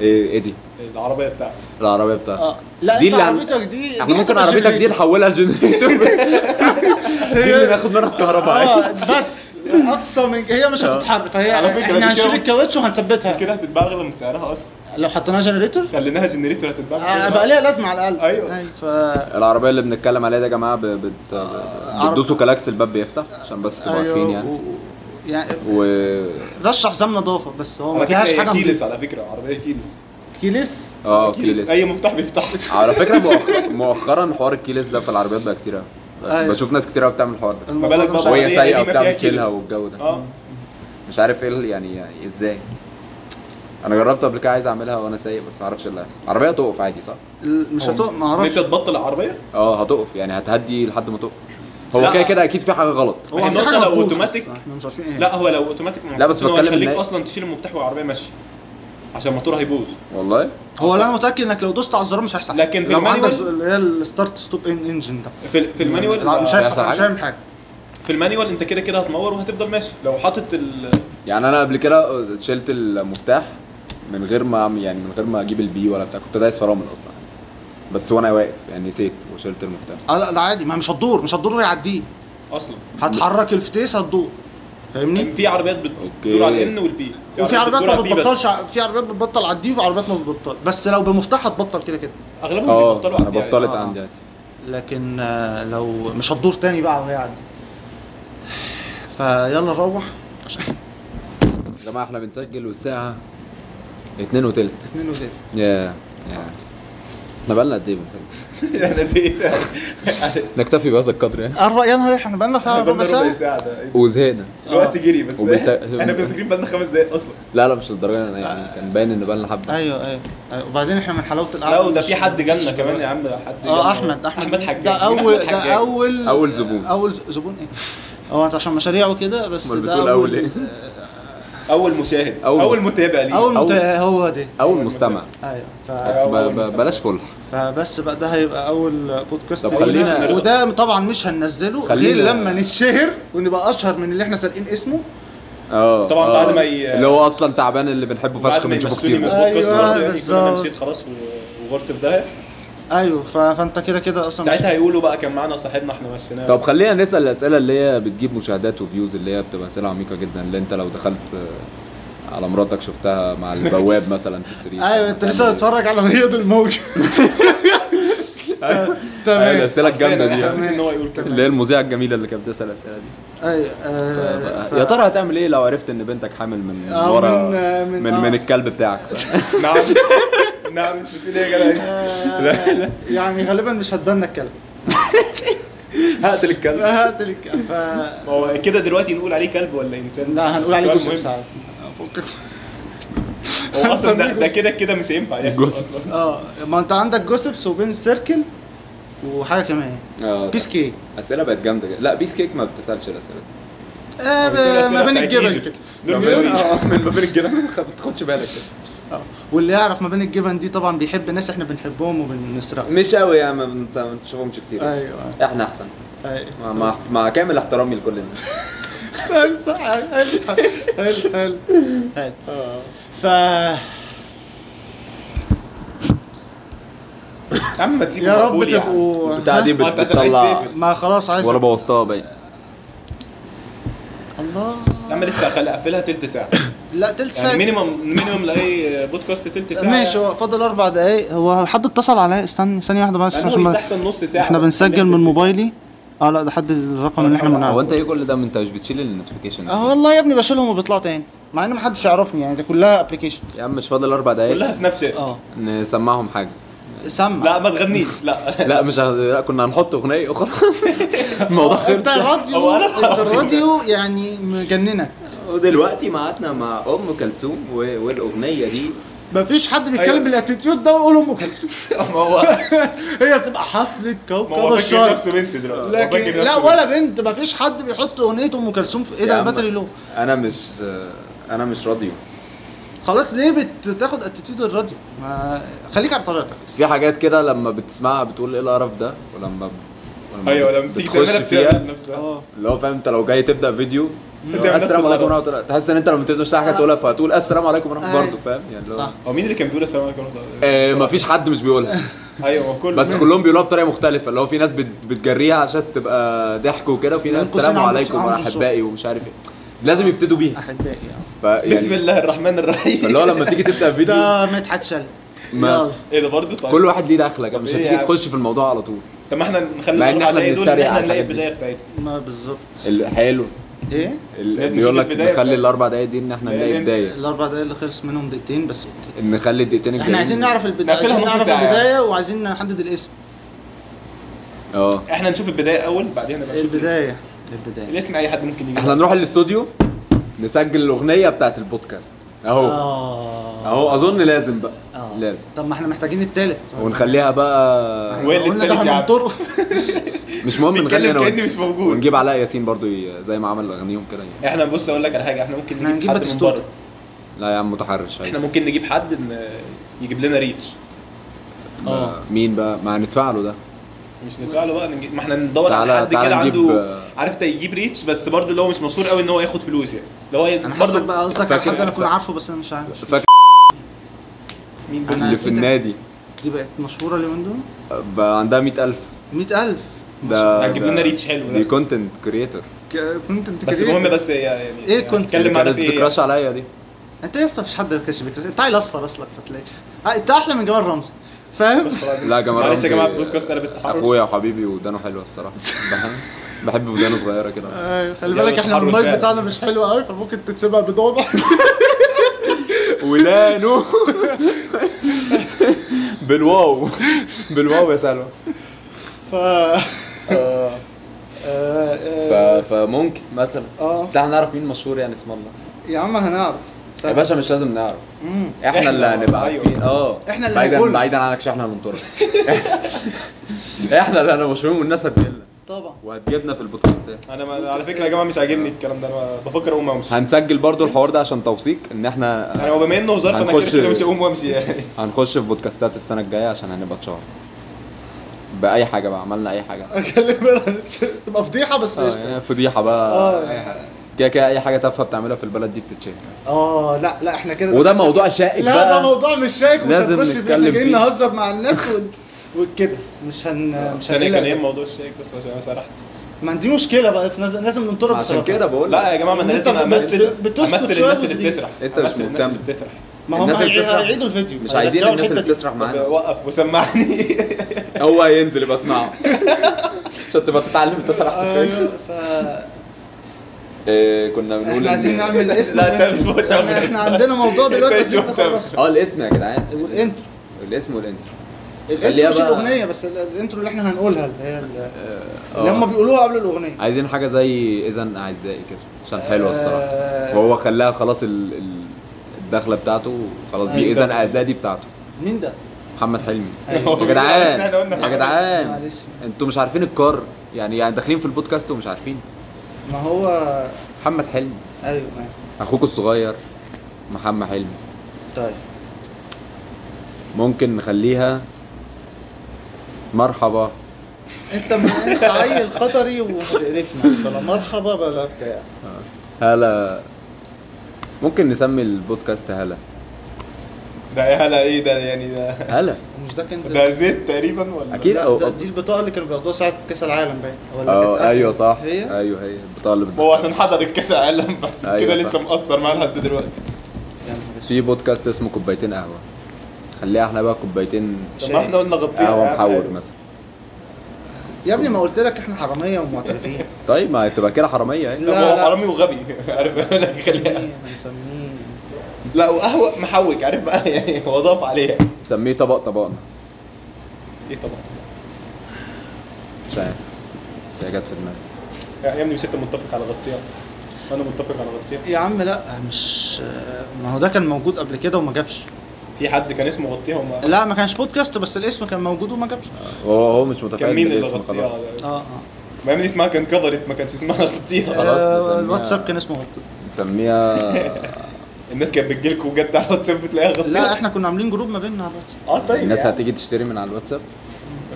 [SPEAKER 1] ايه ايه دي
[SPEAKER 2] العربيه إيه، بتاعتي
[SPEAKER 1] العربيه بتاعتك
[SPEAKER 3] اه لا
[SPEAKER 1] دي
[SPEAKER 3] دي انت
[SPEAKER 1] اللي عن-
[SPEAKER 3] عربيتك دي
[SPEAKER 1] احنا ممكن
[SPEAKER 3] هتبقى
[SPEAKER 1] عربيتك دي
[SPEAKER 3] جنريتور.
[SPEAKER 1] نحولها لجنريتور بس دي اللي ناخد منها الكهرباء عادي.
[SPEAKER 3] اه بس اقصى من هي مش
[SPEAKER 1] آه.
[SPEAKER 3] هتتحرك فهي
[SPEAKER 2] على فكرة دي
[SPEAKER 3] احنا هنشيل
[SPEAKER 2] كده-
[SPEAKER 3] الكاوتش وهنثبتها
[SPEAKER 2] كده هتتباع اغلى من سعرها اصلا
[SPEAKER 3] لو حطيناها جنريتور
[SPEAKER 2] خليناها جنريتور هتتباع
[SPEAKER 3] آه،
[SPEAKER 2] بسعر
[SPEAKER 3] بقى ليها لازمه على الاقل
[SPEAKER 2] أيوة.
[SPEAKER 3] ف
[SPEAKER 1] العربيه اللي بنتكلم عليها ده يا جماعه ب- بت...
[SPEAKER 3] آه،
[SPEAKER 1] بتدوسوا كلاكس الباب بيفتح عشان بس تبقوا عارفين
[SPEAKER 3] أيوة،
[SPEAKER 1] يعني
[SPEAKER 3] و- يعني
[SPEAKER 1] و
[SPEAKER 3] رشح زي نظافه بس هو ما
[SPEAKER 2] على
[SPEAKER 3] فيهاش
[SPEAKER 2] فكره
[SPEAKER 3] حاجه
[SPEAKER 2] هي كيلس
[SPEAKER 3] نضيفة.
[SPEAKER 2] على فكره عربيه كيلس
[SPEAKER 3] كيلس
[SPEAKER 1] اه كيلس
[SPEAKER 3] أيوه.
[SPEAKER 2] اي مفتاح بيفتح
[SPEAKER 1] على فكره مؤخ- مؤخرا حوار الكيلس ده في العربيات بقى كتير قوي
[SPEAKER 3] أيوة.
[SPEAKER 1] بشوف ناس كتير قوي بتعمل الحوار ده
[SPEAKER 2] ما بالك بقى
[SPEAKER 3] الموضوع مش-
[SPEAKER 1] وهي
[SPEAKER 2] دي-
[SPEAKER 1] سايقه
[SPEAKER 2] أيوه. دي ما
[SPEAKER 1] وبتاع
[SPEAKER 2] فيها
[SPEAKER 1] بتشيلها
[SPEAKER 2] كيلس.
[SPEAKER 1] والجو ده
[SPEAKER 2] اه
[SPEAKER 1] مش عارف ايه ال- يعني يعني ازاي انا جربت قبل كده عايز اعملها وانا سايق بس ما اعرفش ايه اللي هيحصل العربيه تقف عادي صح
[SPEAKER 3] مش هتقف ما
[SPEAKER 2] ان انت
[SPEAKER 3] اعرفش
[SPEAKER 2] تبطل العربيه
[SPEAKER 1] اه هتقف يعني هتهدي لحد ما تقف هو
[SPEAKER 2] لا.
[SPEAKER 1] كده كده اكيد في حاجه غلط
[SPEAKER 2] هو
[SPEAKER 3] في
[SPEAKER 2] النقطة
[SPEAKER 3] حاجة
[SPEAKER 2] لو
[SPEAKER 3] هتبوظ
[SPEAKER 2] اوتوماتيك-
[SPEAKER 3] بس احنا مش عارفين ايه هي.
[SPEAKER 2] لا هو لو اوتوماتيك
[SPEAKER 1] لا، بس
[SPEAKER 2] إن هو
[SPEAKER 1] بتكلم
[SPEAKER 2] يخليك
[SPEAKER 1] إن-
[SPEAKER 2] اصلا تشيل المفتاح والعربيه ماشيه عشان الموتور هيبوظ
[SPEAKER 1] والله
[SPEAKER 3] هو اللي انا متاكد انك لو دوست على الزرار مش هيحصل
[SPEAKER 2] لكن في
[SPEAKER 3] لو
[SPEAKER 2] المانيوال-
[SPEAKER 3] عندك ز- اللي هي الستارت ستوب ان انجن ده
[SPEAKER 2] في في المانيوال
[SPEAKER 3] لا، مش
[SPEAKER 1] هيحصل
[SPEAKER 3] هيحصل مش
[SPEAKER 1] حاجة؟
[SPEAKER 3] هيعمل حاجه
[SPEAKER 2] في المانيوال انت كده كده هتنور وهتفضل ماشي لو حاطط ال
[SPEAKER 1] يعني انا قبل كده شلت المفتاح من غير ما أعمل- يعني من غير ما اجيب البي ولا بتاع كنت دايس فرامل اصلا بس وانا واقف يعني نسيت وشلت المفتاح
[SPEAKER 3] اه لا لا عادي ما مش هتدور مش هتدور ويعديه
[SPEAKER 2] اصلا
[SPEAKER 3] هتحرك الفتيس هتدور فاهمني
[SPEAKER 2] يعني في عربيات
[SPEAKER 1] أوكي.
[SPEAKER 2] بتدور على الان والبي
[SPEAKER 3] يعني وفي عربيات
[SPEAKER 2] يعني بتدور
[SPEAKER 3] ما
[SPEAKER 2] على البي بس.
[SPEAKER 3] بتبطلش ع- في عربيات بتبطل على الدي وفي عربيات ما بتبطل بس لو بمفتاح هتبطل كده كده
[SPEAKER 2] اغلبهم
[SPEAKER 1] اه
[SPEAKER 2] بيبطلوا
[SPEAKER 1] انا
[SPEAKER 2] عادي يعني.
[SPEAKER 1] بطلت
[SPEAKER 3] آه.
[SPEAKER 1] عندي عادي
[SPEAKER 3] لكن آه، لو مش هتدور تاني بقى وهي عدي فيلا نروح عشان
[SPEAKER 1] يا جماعه احنا بنسجل والساعه 2 وتلت
[SPEAKER 3] اتنين وزيت
[SPEAKER 1] يا يا احنا بقالنا قد ايه بنتكلم؟
[SPEAKER 2] انا زهقت
[SPEAKER 1] نكتفي بهذا القدر يعني
[SPEAKER 3] الرأي يا نهار احنا بقالنا فعلا آه، ربع ساعة آه.
[SPEAKER 2] ساعه ده.
[SPEAKER 1] وزهقنا
[SPEAKER 2] الوقت جري بس
[SPEAKER 1] وبيسا-
[SPEAKER 2] احنا كنا فاكرين بقالنا خمس دقايق اصلا
[SPEAKER 1] لا لا مش للدرجه انا يعني كان باين ان بقالنا حبه
[SPEAKER 3] ايوه ايوه أيوة. وبعدين احنا من حلاوة القعدة
[SPEAKER 2] لا وده
[SPEAKER 3] آه، مش-
[SPEAKER 2] في حد جالنا
[SPEAKER 3] مش-
[SPEAKER 2] كمان يا عم ده حد
[SPEAKER 3] اه
[SPEAKER 2] جالنا.
[SPEAKER 3] احمد احمد
[SPEAKER 2] احمد حجاج
[SPEAKER 3] ده
[SPEAKER 2] مين
[SPEAKER 3] اول
[SPEAKER 2] أحمد
[SPEAKER 3] ده
[SPEAKER 2] حجاج؟
[SPEAKER 3] اول
[SPEAKER 1] أول زبون.
[SPEAKER 3] اول ز- زبون ايه؟ هو انت عشان مشاريع وكده بس
[SPEAKER 1] أمال
[SPEAKER 3] ده
[SPEAKER 1] بتقول
[SPEAKER 3] اول
[SPEAKER 1] أول إيه؟
[SPEAKER 2] اول مشاهد
[SPEAKER 1] أول
[SPEAKER 2] اول,
[SPEAKER 1] مس-
[SPEAKER 2] متابع ليه
[SPEAKER 3] اول مت...
[SPEAKER 1] أول-
[SPEAKER 3] هو ده
[SPEAKER 1] اول مستمع
[SPEAKER 3] ايوه ف...
[SPEAKER 1] ب- ب- بلاش فلح
[SPEAKER 3] فبس بقى ده هيبقى اول بودكاست
[SPEAKER 1] طب
[SPEAKER 3] لينا.
[SPEAKER 1] خلينا-
[SPEAKER 3] وده طبعا مش هننزله غير
[SPEAKER 1] خلينا-
[SPEAKER 3] لما نتشهر ونبقى اشهر من اللي احنا سارقين اسمه
[SPEAKER 1] اه
[SPEAKER 2] طبعاً
[SPEAKER 1] آه.
[SPEAKER 2] بعد ما ي-
[SPEAKER 1] اللي هو اصلا تعبان اللي بنحبه فشخ بنشوفه كتير
[SPEAKER 2] من
[SPEAKER 1] ده.
[SPEAKER 2] البودكاست
[SPEAKER 3] أيوة،
[SPEAKER 2] خلاص يعني كنا
[SPEAKER 3] بالظبط.
[SPEAKER 2] مشيت خلاص و- وغرت في داهيه
[SPEAKER 3] ايوه ف... فانت كده كده اصلا مش-
[SPEAKER 2] ساعتها هيقولوا بقى كان معانا صاحبنا احنا مشيناه
[SPEAKER 1] طب خلينا نسال الاسئله اللي هي بتجيب مشاهدات وفيوز اللي هي بتبقى اسئله عميقه جدا اللي انت لو دخلت آه، على مراتك شفتها مع البواب مثلا في السرير أيوة،
[SPEAKER 3] ايوه انت
[SPEAKER 2] يعني-
[SPEAKER 3] لسه بتتفرج على هي الموج
[SPEAKER 1] تمام
[SPEAKER 3] تمام
[SPEAKER 1] الاسئله الجامده
[SPEAKER 2] أنا حسيت
[SPEAKER 1] دي
[SPEAKER 2] ان هو يقول كده
[SPEAKER 1] اللي هي المذيعه الجميله اللي كانت بتسال الاسئله دي
[SPEAKER 3] ايوه آه،
[SPEAKER 1] يا ترى هتعمل ايه لو عرفت ان بنتك حامل من
[SPEAKER 3] آه،
[SPEAKER 1] ورا
[SPEAKER 3] من- آه، من-
[SPEAKER 1] من من,
[SPEAKER 3] آه.
[SPEAKER 1] من الكلب بتاعك
[SPEAKER 2] نعم نعم انت بتقول ايه يا جدع
[SPEAKER 3] آه، يعني غالبا مش هتبنى الكلب
[SPEAKER 2] هقتل الكلب
[SPEAKER 3] هات الكلب ف-
[SPEAKER 2] هو كده دلوقتي نقول عليه كلب ولا انسان
[SPEAKER 3] لا هنقول عليه
[SPEAKER 2] سؤال
[SPEAKER 3] جوسب
[SPEAKER 2] مهم.
[SPEAKER 3] ساعات
[SPEAKER 2] هو اصلا ده- ده كده كده مش هينفع يحصل
[SPEAKER 1] جوسبس.
[SPEAKER 2] اصلا
[SPEAKER 3] اه ما انت عندك جوسبس وبين سيركل وحاجه كمان
[SPEAKER 1] آه،
[SPEAKER 3] بيس كيك
[SPEAKER 1] اسئله بقت جامده جدا. لا بيس كيك ما بتسالش الاسئله دي.
[SPEAKER 3] آه، ب- ما بين الجبن كده
[SPEAKER 2] دول
[SPEAKER 1] ما
[SPEAKER 2] بيقولوا
[SPEAKER 1] بين-
[SPEAKER 2] إيه؟
[SPEAKER 1] آه، من ما بين الجنان ما تاخدش بالك كده.
[SPEAKER 3] آه، واللي يعرف ما بين الجبن دي طبعا بيحب ناس احنا بنحبهم وبنسرقهم
[SPEAKER 1] مش قوي يا ما بنت- ما بتشوفهمش كتير
[SPEAKER 3] ايوه
[SPEAKER 1] احنا احسن
[SPEAKER 3] ايوه
[SPEAKER 1] مع, مع, مع كامل احترامي لكل الناس
[SPEAKER 3] صح صح حلو حلو حلو حلو ف
[SPEAKER 2] يا عم ما تسيب
[SPEAKER 3] يا رب
[SPEAKER 2] المقبول يا عم.
[SPEAKER 3] تبقوا
[SPEAKER 1] البتاعه دي
[SPEAKER 2] آه،
[SPEAKER 1] بت-
[SPEAKER 2] أنت عشان عايز
[SPEAKER 1] بتطلع
[SPEAKER 2] تقفل.
[SPEAKER 3] ما خلاص عايز
[SPEAKER 1] ولا بوظتها باين
[SPEAKER 3] الله
[SPEAKER 2] يا عم لسه هخلي- هقفلها تلت ساعه
[SPEAKER 3] لا تلت
[SPEAKER 2] يعني
[SPEAKER 3] ساعه
[SPEAKER 2] مينيمم مينيمم لاي بودكاست تلت ساعه
[SPEAKER 3] ماشي هو فاضل اربع دقايق هو حد اتصل عليا استنى ثانيه واحده بس
[SPEAKER 2] يعني
[SPEAKER 3] عشان
[SPEAKER 2] هو
[SPEAKER 3] ما-
[SPEAKER 2] يستحسن نص ساعه
[SPEAKER 3] احنا
[SPEAKER 2] بس
[SPEAKER 3] بنسجل
[SPEAKER 2] خليها
[SPEAKER 3] من
[SPEAKER 2] تلت
[SPEAKER 3] موبايلي اه لا ده حد الرقم اللي احنا
[SPEAKER 1] هو
[SPEAKER 3] بنعرفه
[SPEAKER 1] انت ايه كل ده ما انت مش بتشيل النوتيفيكيشن
[SPEAKER 3] اه والله يا ابني بشيلهم وبيطلعوا تاني مع ان محدش يعرفني يعني ده كلها ابلكيشن
[SPEAKER 1] يا عم مش فاضل اربع
[SPEAKER 2] ساعة.
[SPEAKER 1] دقايق
[SPEAKER 2] كلها سناب شات
[SPEAKER 3] آه.
[SPEAKER 1] نسمعهم حاجه
[SPEAKER 3] سمع
[SPEAKER 2] آه. لا ما تغنيش لا
[SPEAKER 1] لا مش هز... لا كنا هنحط اغنيه وخلاص الموضوع
[SPEAKER 3] انت
[SPEAKER 1] خلص
[SPEAKER 3] الراديو انت الراديو يعني مجننك
[SPEAKER 1] ودلوقتي معاتنا مع ام كلثوم و... والاغنيه دي
[SPEAKER 3] مفيش حد
[SPEAKER 2] أيوة.
[SPEAKER 3] بيتكلم بالاتيتيود ده ويقول ام كلثوم
[SPEAKER 2] ما هو
[SPEAKER 3] هي بتبقى حفله
[SPEAKER 2] ما هو
[SPEAKER 3] كوكب
[SPEAKER 2] فاكر
[SPEAKER 3] الشرق
[SPEAKER 2] نفسه بنت دلوقتي هو
[SPEAKER 3] لكن
[SPEAKER 2] فاكر
[SPEAKER 3] لا
[SPEAKER 2] نفسه
[SPEAKER 3] ولا بنت مفيش حد بيحط اغنيه ام كلثوم
[SPEAKER 2] إيه
[SPEAKER 3] في ايه
[SPEAKER 1] يا
[SPEAKER 3] ده
[SPEAKER 1] عم.
[SPEAKER 3] الباتري لو
[SPEAKER 1] انا مش انا مش راضيو
[SPEAKER 3] خلاص ليه بتاخد اتيتيود الراديو ما خليك على طريقتك
[SPEAKER 1] في حاجات كده لما بتسمعها بتقول ايه القرف ده ولما ولما
[SPEAKER 2] ايوه لما تيجي
[SPEAKER 1] بتخش
[SPEAKER 2] تعملها بتعمل
[SPEAKER 1] فيها
[SPEAKER 2] نفسها
[SPEAKER 3] اه
[SPEAKER 1] اللي هو فاهم انت لو جاي تبدا فيديو
[SPEAKER 2] بتعمل نفس
[SPEAKER 1] السلام عليكم
[SPEAKER 2] القرف.
[SPEAKER 1] ورحمه الله تحس ان انت لما تبدا مش حاجه تقولها فهتقول السلام عليكم ورحمه الله
[SPEAKER 3] أيوة.
[SPEAKER 1] برضه فاهم يعني اللي هو
[SPEAKER 3] صح.
[SPEAKER 2] هو مين اللي كان بيقول السلام عليكم ورحمه الله
[SPEAKER 1] آه، مفيش حد مش بيقولها
[SPEAKER 2] ايوه هو كله
[SPEAKER 1] بس كلهم بيقولوها بطريقه مختلفه اللي هو في ناس بت- بتجريها عشان تبقى ضحك وكده وفي ناس
[SPEAKER 3] بين قوسين
[SPEAKER 1] السلام
[SPEAKER 3] عم-
[SPEAKER 1] عليكم
[SPEAKER 3] عم
[SPEAKER 1] واحبائي ومش عارف ايه لازم يبتدوا بيها
[SPEAKER 3] احبائي يعني.
[SPEAKER 1] فيعني-
[SPEAKER 2] بسم الله الرحمن الرحيم
[SPEAKER 1] فاللي هو لما تيجي تبدا فيديو
[SPEAKER 3] ده مدحت شلبي
[SPEAKER 1] مثلا.
[SPEAKER 3] يلا.
[SPEAKER 2] ايه ده برضه طيب
[SPEAKER 1] كل واحد ليه دخله كده، مش
[SPEAKER 2] طب ايه
[SPEAKER 1] هتيجي
[SPEAKER 2] يعني؟
[SPEAKER 1] تخش في الموضوع على طول
[SPEAKER 2] طب ما احنا نخلي
[SPEAKER 1] مع إن
[SPEAKER 2] الأربع
[SPEAKER 1] إحنا
[SPEAKER 2] دقايق دول
[SPEAKER 1] بنتريق
[SPEAKER 2] ان احنا
[SPEAKER 1] على
[SPEAKER 2] نلاقي
[SPEAKER 1] الحاجات دي.
[SPEAKER 2] البدايه بتاعتنا
[SPEAKER 3] ما بالظبط
[SPEAKER 1] ال- حلو
[SPEAKER 3] ايه
[SPEAKER 1] ال-
[SPEAKER 2] هي دي
[SPEAKER 1] بيقول لك
[SPEAKER 2] إيه، مش البداية
[SPEAKER 1] نخلي
[SPEAKER 2] بتاعت-
[SPEAKER 1] الاربع دقايق دي ان احنا
[SPEAKER 2] يعني
[SPEAKER 1] نلاقي
[SPEAKER 2] انت-
[SPEAKER 1] بدايه
[SPEAKER 3] الاربع دقايق اللي خلص منهم دقيقتين بس اوكي
[SPEAKER 1] نخلي الدقيقتين الجايين
[SPEAKER 3] احنا عايزين نعرف البدايه
[SPEAKER 2] نقفلها
[SPEAKER 3] عايزين
[SPEAKER 2] نص
[SPEAKER 3] نعرف
[SPEAKER 2] ساعة.
[SPEAKER 3] البدايه وعايزين نحدد الاسم
[SPEAKER 1] اه
[SPEAKER 2] احنا نشوف البدايه اول بعدين نبقى نشوف
[SPEAKER 3] البدايه
[SPEAKER 2] الاسم.
[SPEAKER 3] البدايه
[SPEAKER 2] الاسم اي حد ممكن يجيبه
[SPEAKER 1] احنا نروح الاستوديو نسجل الاغنيه بتاعت البودكاست
[SPEAKER 2] آه.
[SPEAKER 1] اهو
[SPEAKER 3] اه
[SPEAKER 1] اهو اظن لازم بقى
[SPEAKER 3] اه
[SPEAKER 1] لازم
[SPEAKER 3] طب ما احنا محتاجين التالت
[SPEAKER 1] ونخليها بقى
[SPEAKER 2] وايه اللي
[SPEAKER 3] قلنا ده
[SPEAKER 2] التالت يا عم؟
[SPEAKER 3] هننطره
[SPEAKER 1] مش مهم نخلي
[SPEAKER 2] بيتكلم
[SPEAKER 1] انا
[SPEAKER 2] كاني
[SPEAKER 1] وانت.
[SPEAKER 2] مش موجود
[SPEAKER 1] ونجيب علاء ياسين برضو ي- زي ما عمل اغانيهم كده يعني.
[SPEAKER 2] احنا بص اقول لك على حاجه احنا ممكن
[SPEAKER 3] احنا
[SPEAKER 2] نجيب
[SPEAKER 3] هنجيب
[SPEAKER 2] حد من
[SPEAKER 3] باتيستوتا.
[SPEAKER 2] بره
[SPEAKER 1] لا يا عم متحرش
[SPEAKER 2] احنا
[SPEAKER 1] ايوه
[SPEAKER 2] ممكن نجيب حد ان يجيب لنا ريتش آه.
[SPEAKER 3] اه
[SPEAKER 1] مين بقى ما هندفع له ده
[SPEAKER 2] مش ندفع له بقى نجيب ما احنا ندور على
[SPEAKER 1] تعالى-
[SPEAKER 2] حد
[SPEAKER 1] تعالى
[SPEAKER 2] كده
[SPEAKER 1] نجيب- آه.
[SPEAKER 2] عنده عارف انت يجيب ريتش بس برضه اللي هو مش مشهور قوي ان هو ياخد فلوس يعني اللي هو
[SPEAKER 3] انا
[SPEAKER 2] برضه
[SPEAKER 3] حاسسك بقى قصدك على
[SPEAKER 1] فاكر-
[SPEAKER 3] حد انا اكون عارفه بس انا مش عارف
[SPEAKER 1] فاكر
[SPEAKER 2] مين
[SPEAKER 3] أنا
[SPEAKER 1] اللي في
[SPEAKER 3] أكيد-
[SPEAKER 1] النادي
[SPEAKER 3] دي بقت مشهوره اليومين دول
[SPEAKER 1] بقى عندها 100000
[SPEAKER 3] 100000
[SPEAKER 1] ده
[SPEAKER 2] هتجيب لنا ريتش حلو ده.
[SPEAKER 1] دي كونتنت كريتور
[SPEAKER 3] كنت انت
[SPEAKER 2] بس
[SPEAKER 3] كريتيف.
[SPEAKER 2] المهم بس يعني
[SPEAKER 3] إيه كنت-
[SPEAKER 2] اتكلم معانا
[SPEAKER 1] كانت
[SPEAKER 2] في ايه
[SPEAKER 1] بتكراش عليا دي
[SPEAKER 3] انت يا اسطى مفيش حد كاش بيكرش انت عيل اصفر اصلك فتلاقي آه، انت احلى من جمال رمزي فاهم
[SPEAKER 1] لا يا جماعه
[SPEAKER 2] معلش يا جماعه
[SPEAKER 1] رمزي
[SPEAKER 2] البودكاست انا بالتحرش
[SPEAKER 1] اخويا وحبيبي ودانه حلوه الصراحه بحب- بحب ودانه صغيره كده
[SPEAKER 3] آه، خلي
[SPEAKER 2] يلا
[SPEAKER 3] بالك احنا
[SPEAKER 2] اتحرش
[SPEAKER 3] المايك
[SPEAKER 2] فعلا.
[SPEAKER 3] بتاعنا مش حلو قوي فممكن تتسمع بضوضه
[SPEAKER 1] ودانه بالواو بالواو يا سلوى
[SPEAKER 3] ف آه، آه،
[SPEAKER 1] فممكن مثلا
[SPEAKER 3] آه.
[SPEAKER 1] بس احنا نعرف مين مشهور يعني اسم الله
[SPEAKER 3] يا عم هنعرف
[SPEAKER 1] يا باشا مش لازم نعرف
[SPEAKER 3] مم.
[SPEAKER 1] احنا اللي
[SPEAKER 2] إحنا،
[SPEAKER 1] هنبقى
[SPEAKER 2] أيوة.
[SPEAKER 1] عارفين اه
[SPEAKER 3] إحنا اللي
[SPEAKER 1] بعيدا
[SPEAKER 3] هنقوله.
[SPEAKER 1] بعيدا عنك احنا هننطرد احنا اللي هنبقى مشهورين والناس هتجيلنا
[SPEAKER 3] طبعا
[SPEAKER 1] وهتجيبنا في البودكاست ده
[SPEAKER 2] انا ما على فكره يا جماعه مش عاجبني الكلام ده انا بفكر اقوم امشي
[SPEAKER 1] هنسجل برضو الحوار ده عشان توثيق ان احنا
[SPEAKER 2] انا وبما انه هزار فانا
[SPEAKER 1] هنخش-
[SPEAKER 2] كده كده مش هقوم وامشي يعني
[SPEAKER 1] هنخش في بودكاستات السنه الجايه عشان هنبقى اتشهر باي حاجه بقى عملنا اي حاجه
[SPEAKER 3] خلي بالك تبقى فضيحه بس
[SPEAKER 1] آه،
[SPEAKER 3] قشطه
[SPEAKER 1] يعني فضيحه بقى
[SPEAKER 3] آه.
[SPEAKER 1] أي حاجة. كده كده اي حاجه تافهه بتعملها في البلد دي بتتشهر
[SPEAKER 3] اه لا لا احنا كده
[SPEAKER 1] وده موضوع شائك
[SPEAKER 3] لا
[SPEAKER 1] بقى
[SPEAKER 3] ده موضوع مش شائك ومش
[SPEAKER 1] لازم
[SPEAKER 3] هنخش فيه احنا
[SPEAKER 1] نتكلم
[SPEAKER 3] جايين
[SPEAKER 1] فيه. آه،
[SPEAKER 3] نهزر مع الناس ون- وكده مش هن مش
[SPEAKER 2] ثانية كان ايه
[SPEAKER 3] هنقلق
[SPEAKER 2] موضوع الشيك بس عشان انا سرحت
[SPEAKER 3] ما عندي مشكله بقى في نز- لازم ننطرب
[SPEAKER 1] عشان
[SPEAKER 3] بصراحه
[SPEAKER 1] كده بقول
[SPEAKER 2] لا يا جماعه ما انا
[SPEAKER 3] إن
[SPEAKER 2] لازم
[SPEAKER 3] أنت
[SPEAKER 2] امثل
[SPEAKER 3] بت- بتسكت
[SPEAKER 2] امثل
[SPEAKER 3] شوية
[SPEAKER 2] الناس اللي
[SPEAKER 3] وتدي-
[SPEAKER 2] بتسرح
[SPEAKER 1] أنت مش
[SPEAKER 2] أمثل الناس
[SPEAKER 1] مهتم.
[SPEAKER 2] اللي بتسرح
[SPEAKER 3] ما هم
[SPEAKER 1] الناس اللي
[SPEAKER 3] هي-
[SPEAKER 1] بتسرح
[SPEAKER 3] هيعيدوا الفيديو
[SPEAKER 1] مش عايزين
[SPEAKER 3] هيرجعوا
[SPEAKER 1] الناس اللي
[SPEAKER 3] الحتة يعني دي.
[SPEAKER 1] بتسرح
[SPEAKER 2] طب
[SPEAKER 1] معانا
[SPEAKER 2] وقف وسمعني
[SPEAKER 1] هو ينزل يبقى اسمعه عشان تبقى تتعلم انت سرحت فين
[SPEAKER 3] ايوه ف
[SPEAKER 1] إيه، كنا بنقول إن-
[SPEAKER 3] احنا عايزين نعمل اسم
[SPEAKER 2] لا، أنت مش مهتم
[SPEAKER 3] احنا-
[SPEAKER 2] بالاسم.
[SPEAKER 3] احنا عندنا موضوع دلوقتي
[SPEAKER 2] أنت مش
[SPEAKER 3] بس
[SPEAKER 2] مهتم.
[SPEAKER 3] نخلصه
[SPEAKER 1] اه الاسم يا جدعان
[SPEAKER 3] والانترو
[SPEAKER 1] الاسم والانترو خليها
[SPEAKER 3] الانترو مش
[SPEAKER 1] بقى-
[SPEAKER 3] الاغنيه بس ال- الانترو اللي احنا هنقولها اللي هي ال- اللي
[SPEAKER 1] آه.
[SPEAKER 3] هم بيقولوها قبل الاغنيه
[SPEAKER 1] عايزين حاجه زي اذا اعزائي كده عشان حلوه الصراحه
[SPEAKER 3] آه.
[SPEAKER 1] وهو خلاها خلاص ال... ال... الدخله بتاعته خلاص دي اذا اعزائي دي بتاعته
[SPEAKER 3] مين ده؟
[SPEAKER 1] محمد حلمي
[SPEAKER 3] أيوة.
[SPEAKER 1] يا جدعان
[SPEAKER 2] إحنا قلنا
[SPEAKER 1] يا جدعان
[SPEAKER 3] معلش
[SPEAKER 1] انتوا مش عارفين الكار يعني يعني داخلين في البودكاست ومش عارفين
[SPEAKER 3] ما هو
[SPEAKER 1] محمد حلمي
[SPEAKER 3] ايوه ماشي.
[SPEAKER 1] اخوك الصغير محمد حلمي
[SPEAKER 3] طيب
[SPEAKER 1] ممكن نخليها مرحبا
[SPEAKER 3] انت ما انت عيل قطري وقرفنا بلا مرحبا بلا بتاع
[SPEAKER 1] هلا ممكن نسمي البودكاست هلا
[SPEAKER 2] ده يا هلا ايه ده يعني ده
[SPEAKER 1] هلا
[SPEAKER 3] ومش ده كان
[SPEAKER 2] ده زيت تقريبا ولا
[SPEAKER 1] أكيد.
[SPEAKER 3] لا،
[SPEAKER 1] أو-
[SPEAKER 3] ده- دي البطاقه اللي كانوا بياخدوها ساعه كاس العالم باين ولا كانت
[SPEAKER 1] اه
[SPEAKER 3] قبل؟
[SPEAKER 1] ايوه صح
[SPEAKER 3] هي
[SPEAKER 1] ايوه هي البطاقه اللي
[SPEAKER 2] هو
[SPEAKER 1] بتدخل
[SPEAKER 2] عشان حضر الكاس العالم بس
[SPEAKER 1] أيوة
[SPEAKER 2] كده
[SPEAKER 1] صح.
[SPEAKER 2] لسه مقصر معاه لحد دلوقتي
[SPEAKER 3] يا نهار اسود.
[SPEAKER 1] في بودكاست اسمه كوبايتين قهوه خليها احنا بقى كوبايتين
[SPEAKER 2] طب ما احنا قلنا غطينا يا
[SPEAKER 1] قهوه
[SPEAKER 2] عم.
[SPEAKER 1] محور مثلا
[SPEAKER 3] يا ابني ما قلت لك احنا حراميه ومعترفين
[SPEAKER 1] طيب ما تبقى كده حراميه يعني
[SPEAKER 2] طب
[SPEAKER 3] لا،
[SPEAKER 2] هو
[SPEAKER 3] لا.
[SPEAKER 2] حرامي وغبي عارف انا خليها
[SPEAKER 3] مسمين- مسمين.
[SPEAKER 2] لا وقهوه محوج عارف بقى يعني هو ضاف عليها
[SPEAKER 1] نسميه طبق طبقنا
[SPEAKER 2] ايه طبعا
[SPEAKER 1] مش عارف بس هي جت في دماغي
[SPEAKER 2] يا ابني مش انت متفق على غطيها وانا متفق على غطيها
[SPEAKER 3] يا عم لا مش ما هو ده كان موجود قبل كده وما جابش
[SPEAKER 2] في حد كان اسمه غطيها وما
[SPEAKER 3] لا ما كانش بودكاست بس الاسم كان موجود وما جابش
[SPEAKER 1] هو هو مش
[SPEAKER 2] كان
[SPEAKER 1] متفاعل
[SPEAKER 2] مين اللي
[SPEAKER 1] بالاسم
[SPEAKER 2] غطيها يعني
[SPEAKER 1] خلاص
[SPEAKER 3] اه اه
[SPEAKER 2] ما ابني اسمها كان كفرت ما كانش اسمها غطيها
[SPEAKER 1] خلاص،
[SPEAKER 3] آه،
[SPEAKER 1] نسميها-
[SPEAKER 3] الواتساب كان اسمه غطي.
[SPEAKER 1] نسميها
[SPEAKER 2] الناس كانت بتجيلكوا بجد على الواتساب بتلاقيها غطيها
[SPEAKER 3] لا احنا كنا عاملين جروب ما بيننا على الواتساب
[SPEAKER 2] اه طيب
[SPEAKER 1] الناس
[SPEAKER 2] يا عم.
[SPEAKER 1] هتيجي تشتري من على الواتساب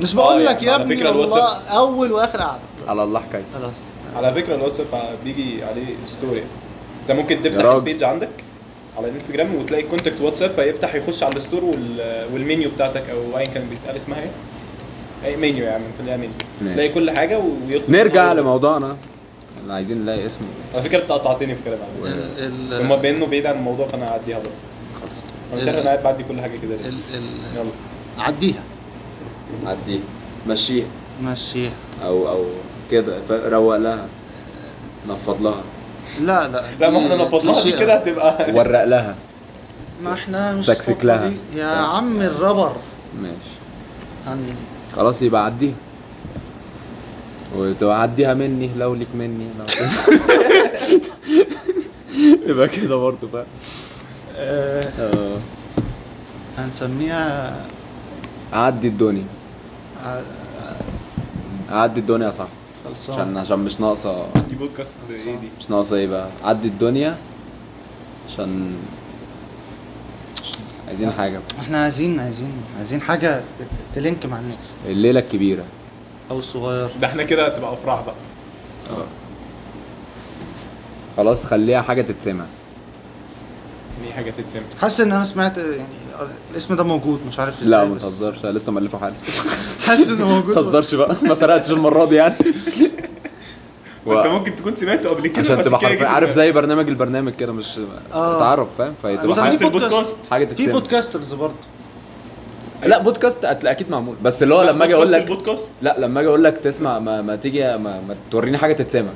[SPEAKER 3] مش
[SPEAKER 2] آه،
[SPEAKER 3] بقول
[SPEAKER 2] يعني
[SPEAKER 3] لك يا
[SPEAKER 2] على
[SPEAKER 3] ابني
[SPEAKER 2] فكرة
[SPEAKER 3] والله
[SPEAKER 2] الواتساب-
[SPEAKER 3] اول واخر قعده
[SPEAKER 1] على الله حكايته
[SPEAKER 3] خلاص
[SPEAKER 2] على فكره الواتساب بيجي عليه ستوري انت ممكن تفتح
[SPEAKER 1] راجل.
[SPEAKER 2] البيج عندك على الانستجرام وتلاقي كونتاكت واتساب هيفتح يخش على الستور وال... والمنيو بتاعتك او ايا كان بيتقال اسمها ايه اي منيو يا عم خليها منيو
[SPEAKER 1] ماشي.
[SPEAKER 2] تلاقي كل حاجه ويطلب
[SPEAKER 1] نرجع
[SPEAKER 2] منه-
[SPEAKER 1] لموضوعنا اللي عايزين نلاقي اسم
[SPEAKER 2] على فكره انت قطعتني في كلام عم.
[SPEAKER 5] ال-
[SPEAKER 2] هما بينه بعيد عن الموضوع فانا هعديها برضه
[SPEAKER 1] خلاص
[SPEAKER 2] انا مش عارف انا قاعد بعدي كل حاجه كده ليه.
[SPEAKER 5] ال- ال-
[SPEAKER 2] يلا
[SPEAKER 3] عديها
[SPEAKER 1] عديه مشيها
[SPEAKER 3] ماشي
[SPEAKER 1] او او كده ف- روق لها نفض لها
[SPEAKER 3] لا لا
[SPEAKER 2] لا ما احنا نفض لها دي
[SPEAKER 3] كليشيه.
[SPEAKER 2] كده هتبقى
[SPEAKER 1] ورق لها
[SPEAKER 3] ما احنا مش
[SPEAKER 1] سكسك
[SPEAKER 3] فاضي.
[SPEAKER 1] لها.
[SPEAKER 3] يا عم الربر
[SPEAKER 1] ماشي
[SPEAKER 3] هن...
[SPEAKER 1] خلاص يبقى عديها وتبقى عديها مني لو ليك مني لو تبقى كده برضه بقى
[SPEAKER 3] آه...
[SPEAKER 1] اه
[SPEAKER 3] هنسميها
[SPEAKER 1] عدي الدنيا
[SPEAKER 3] ع-
[SPEAKER 1] عدي الدنيا صح عشان
[SPEAKER 3] خلصان
[SPEAKER 1] عشان مش ناقصه
[SPEAKER 2] دي بودكاست ايه دي
[SPEAKER 1] مش ناقصه ايه بقى عدي الدنيا عشان عايزين حاجه
[SPEAKER 3] احنا عايزين عايزين عايزين حاجه ت- ت- تلينك مع الناس
[SPEAKER 1] الليله الكبيره
[SPEAKER 3] او الصغير
[SPEAKER 2] ده احنا كده هتبقى افراح بقى
[SPEAKER 1] خلاص خليها حاجه تتسمع
[SPEAKER 2] دي حاجه يعني تتسمع
[SPEAKER 3] حاسس ان انا سمعت يعني الاسم ده موجود مش عارف ازاي
[SPEAKER 1] لا ما
[SPEAKER 3] بس
[SPEAKER 1] تهزرش لسه مالفه حاجه
[SPEAKER 3] حاسس انه
[SPEAKER 1] ما
[SPEAKER 3] موجود
[SPEAKER 1] تهزرش بقى ما سرقتش المره دي يعني و-
[SPEAKER 2] انت ممكن تكون سمعته قبل كده
[SPEAKER 1] عشان
[SPEAKER 2] فعشان
[SPEAKER 1] تبقى
[SPEAKER 2] كده
[SPEAKER 1] حرف
[SPEAKER 2] جبت
[SPEAKER 1] عارف زي برنامج البرنامج كده مش
[SPEAKER 3] آه.
[SPEAKER 1] تعرف فاهم فهتبقى
[SPEAKER 3] بس
[SPEAKER 1] حاجه
[SPEAKER 3] أنا
[SPEAKER 2] حاجة-
[SPEAKER 3] في بودكاست
[SPEAKER 2] البودكاست.
[SPEAKER 1] حاجه
[SPEAKER 3] في
[SPEAKER 1] تتسمع
[SPEAKER 3] بودكاسترز برضه
[SPEAKER 1] لا بودكاست هتلاقي اكيد معمول بس اللي هو
[SPEAKER 2] لا،
[SPEAKER 1] لما اجي اقول
[SPEAKER 2] بودكاست-
[SPEAKER 1] لك
[SPEAKER 2] بودكاست
[SPEAKER 1] لا لما اجي اقول لك تسمع ما, ما تيجي ما, ما توريني حاجه تتسمع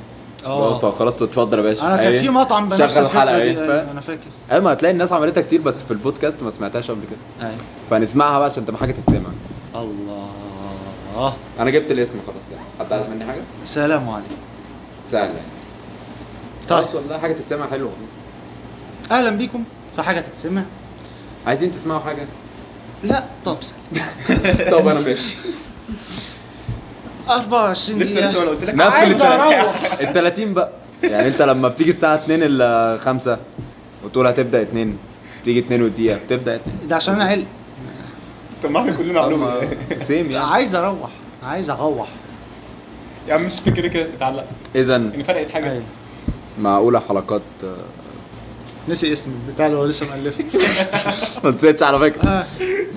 [SPEAKER 3] اه.
[SPEAKER 1] خلاص اتفضل يا باشا
[SPEAKER 3] انا كان
[SPEAKER 1] أهي.
[SPEAKER 3] في مطعم بنفس
[SPEAKER 1] إيه؟ شغل
[SPEAKER 3] الفكرة
[SPEAKER 1] الحلقه
[SPEAKER 3] دي،
[SPEAKER 1] ايه
[SPEAKER 3] أيوة،
[SPEAKER 1] فاهم
[SPEAKER 3] انا فاكر
[SPEAKER 1] ايوه ما هتلاقي الناس عملتها كتير بس في البودكاست ما سمعتهاش قبل كده
[SPEAKER 3] ايوه
[SPEAKER 1] فهنسمعها بقى عشان تبقى حاجه تتسمع
[SPEAKER 3] الله
[SPEAKER 1] انا جبت الاسم خلاص يعني حد عايز مني حاجه
[SPEAKER 3] سلام عليكم
[SPEAKER 1] سهله يعني
[SPEAKER 3] طيب
[SPEAKER 1] خلاص والله حاجه تتسمع حلوه
[SPEAKER 3] اهلا بيكم في حاجه تتسمع
[SPEAKER 1] عايزين تسمعوا حاجه
[SPEAKER 3] لا طب سلام.
[SPEAKER 1] طب انا ماشي
[SPEAKER 3] 24
[SPEAKER 2] لسه لسه
[SPEAKER 3] دقيقه
[SPEAKER 2] انا قلت لك
[SPEAKER 1] نقفل
[SPEAKER 3] اروح
[SPEAKER 1] ال 30 بقى يعني انت لما بتيجي الساعه 2 الا 5 وتقول هتبدا 2 تيجي 2 ودقيقه بتبدا 2
[SPEAKER 3] ده عشان انا علق
[SPEAKER 2] طب ما احنا كلنا عاملين كده.
[SPEAKER 1] سيم يعني
[SPEAKER 3] عايز اروح عايز اروح
[SPEAKER 2] يا عم مش كده كده تتعلق
[SPEAKER 1] اذا
[SPEAKER 2] ان فرقت حاجه
[SPEAKER 3] ايوه
[SPEAKER 1] معقوله حلقات آه،
[SPEAKER 3] نسي اسم البتاع اللي هو لسه مألفه
[SPEAKER 1] ما نسيتش على فكره
[SPEAKER 3] آه.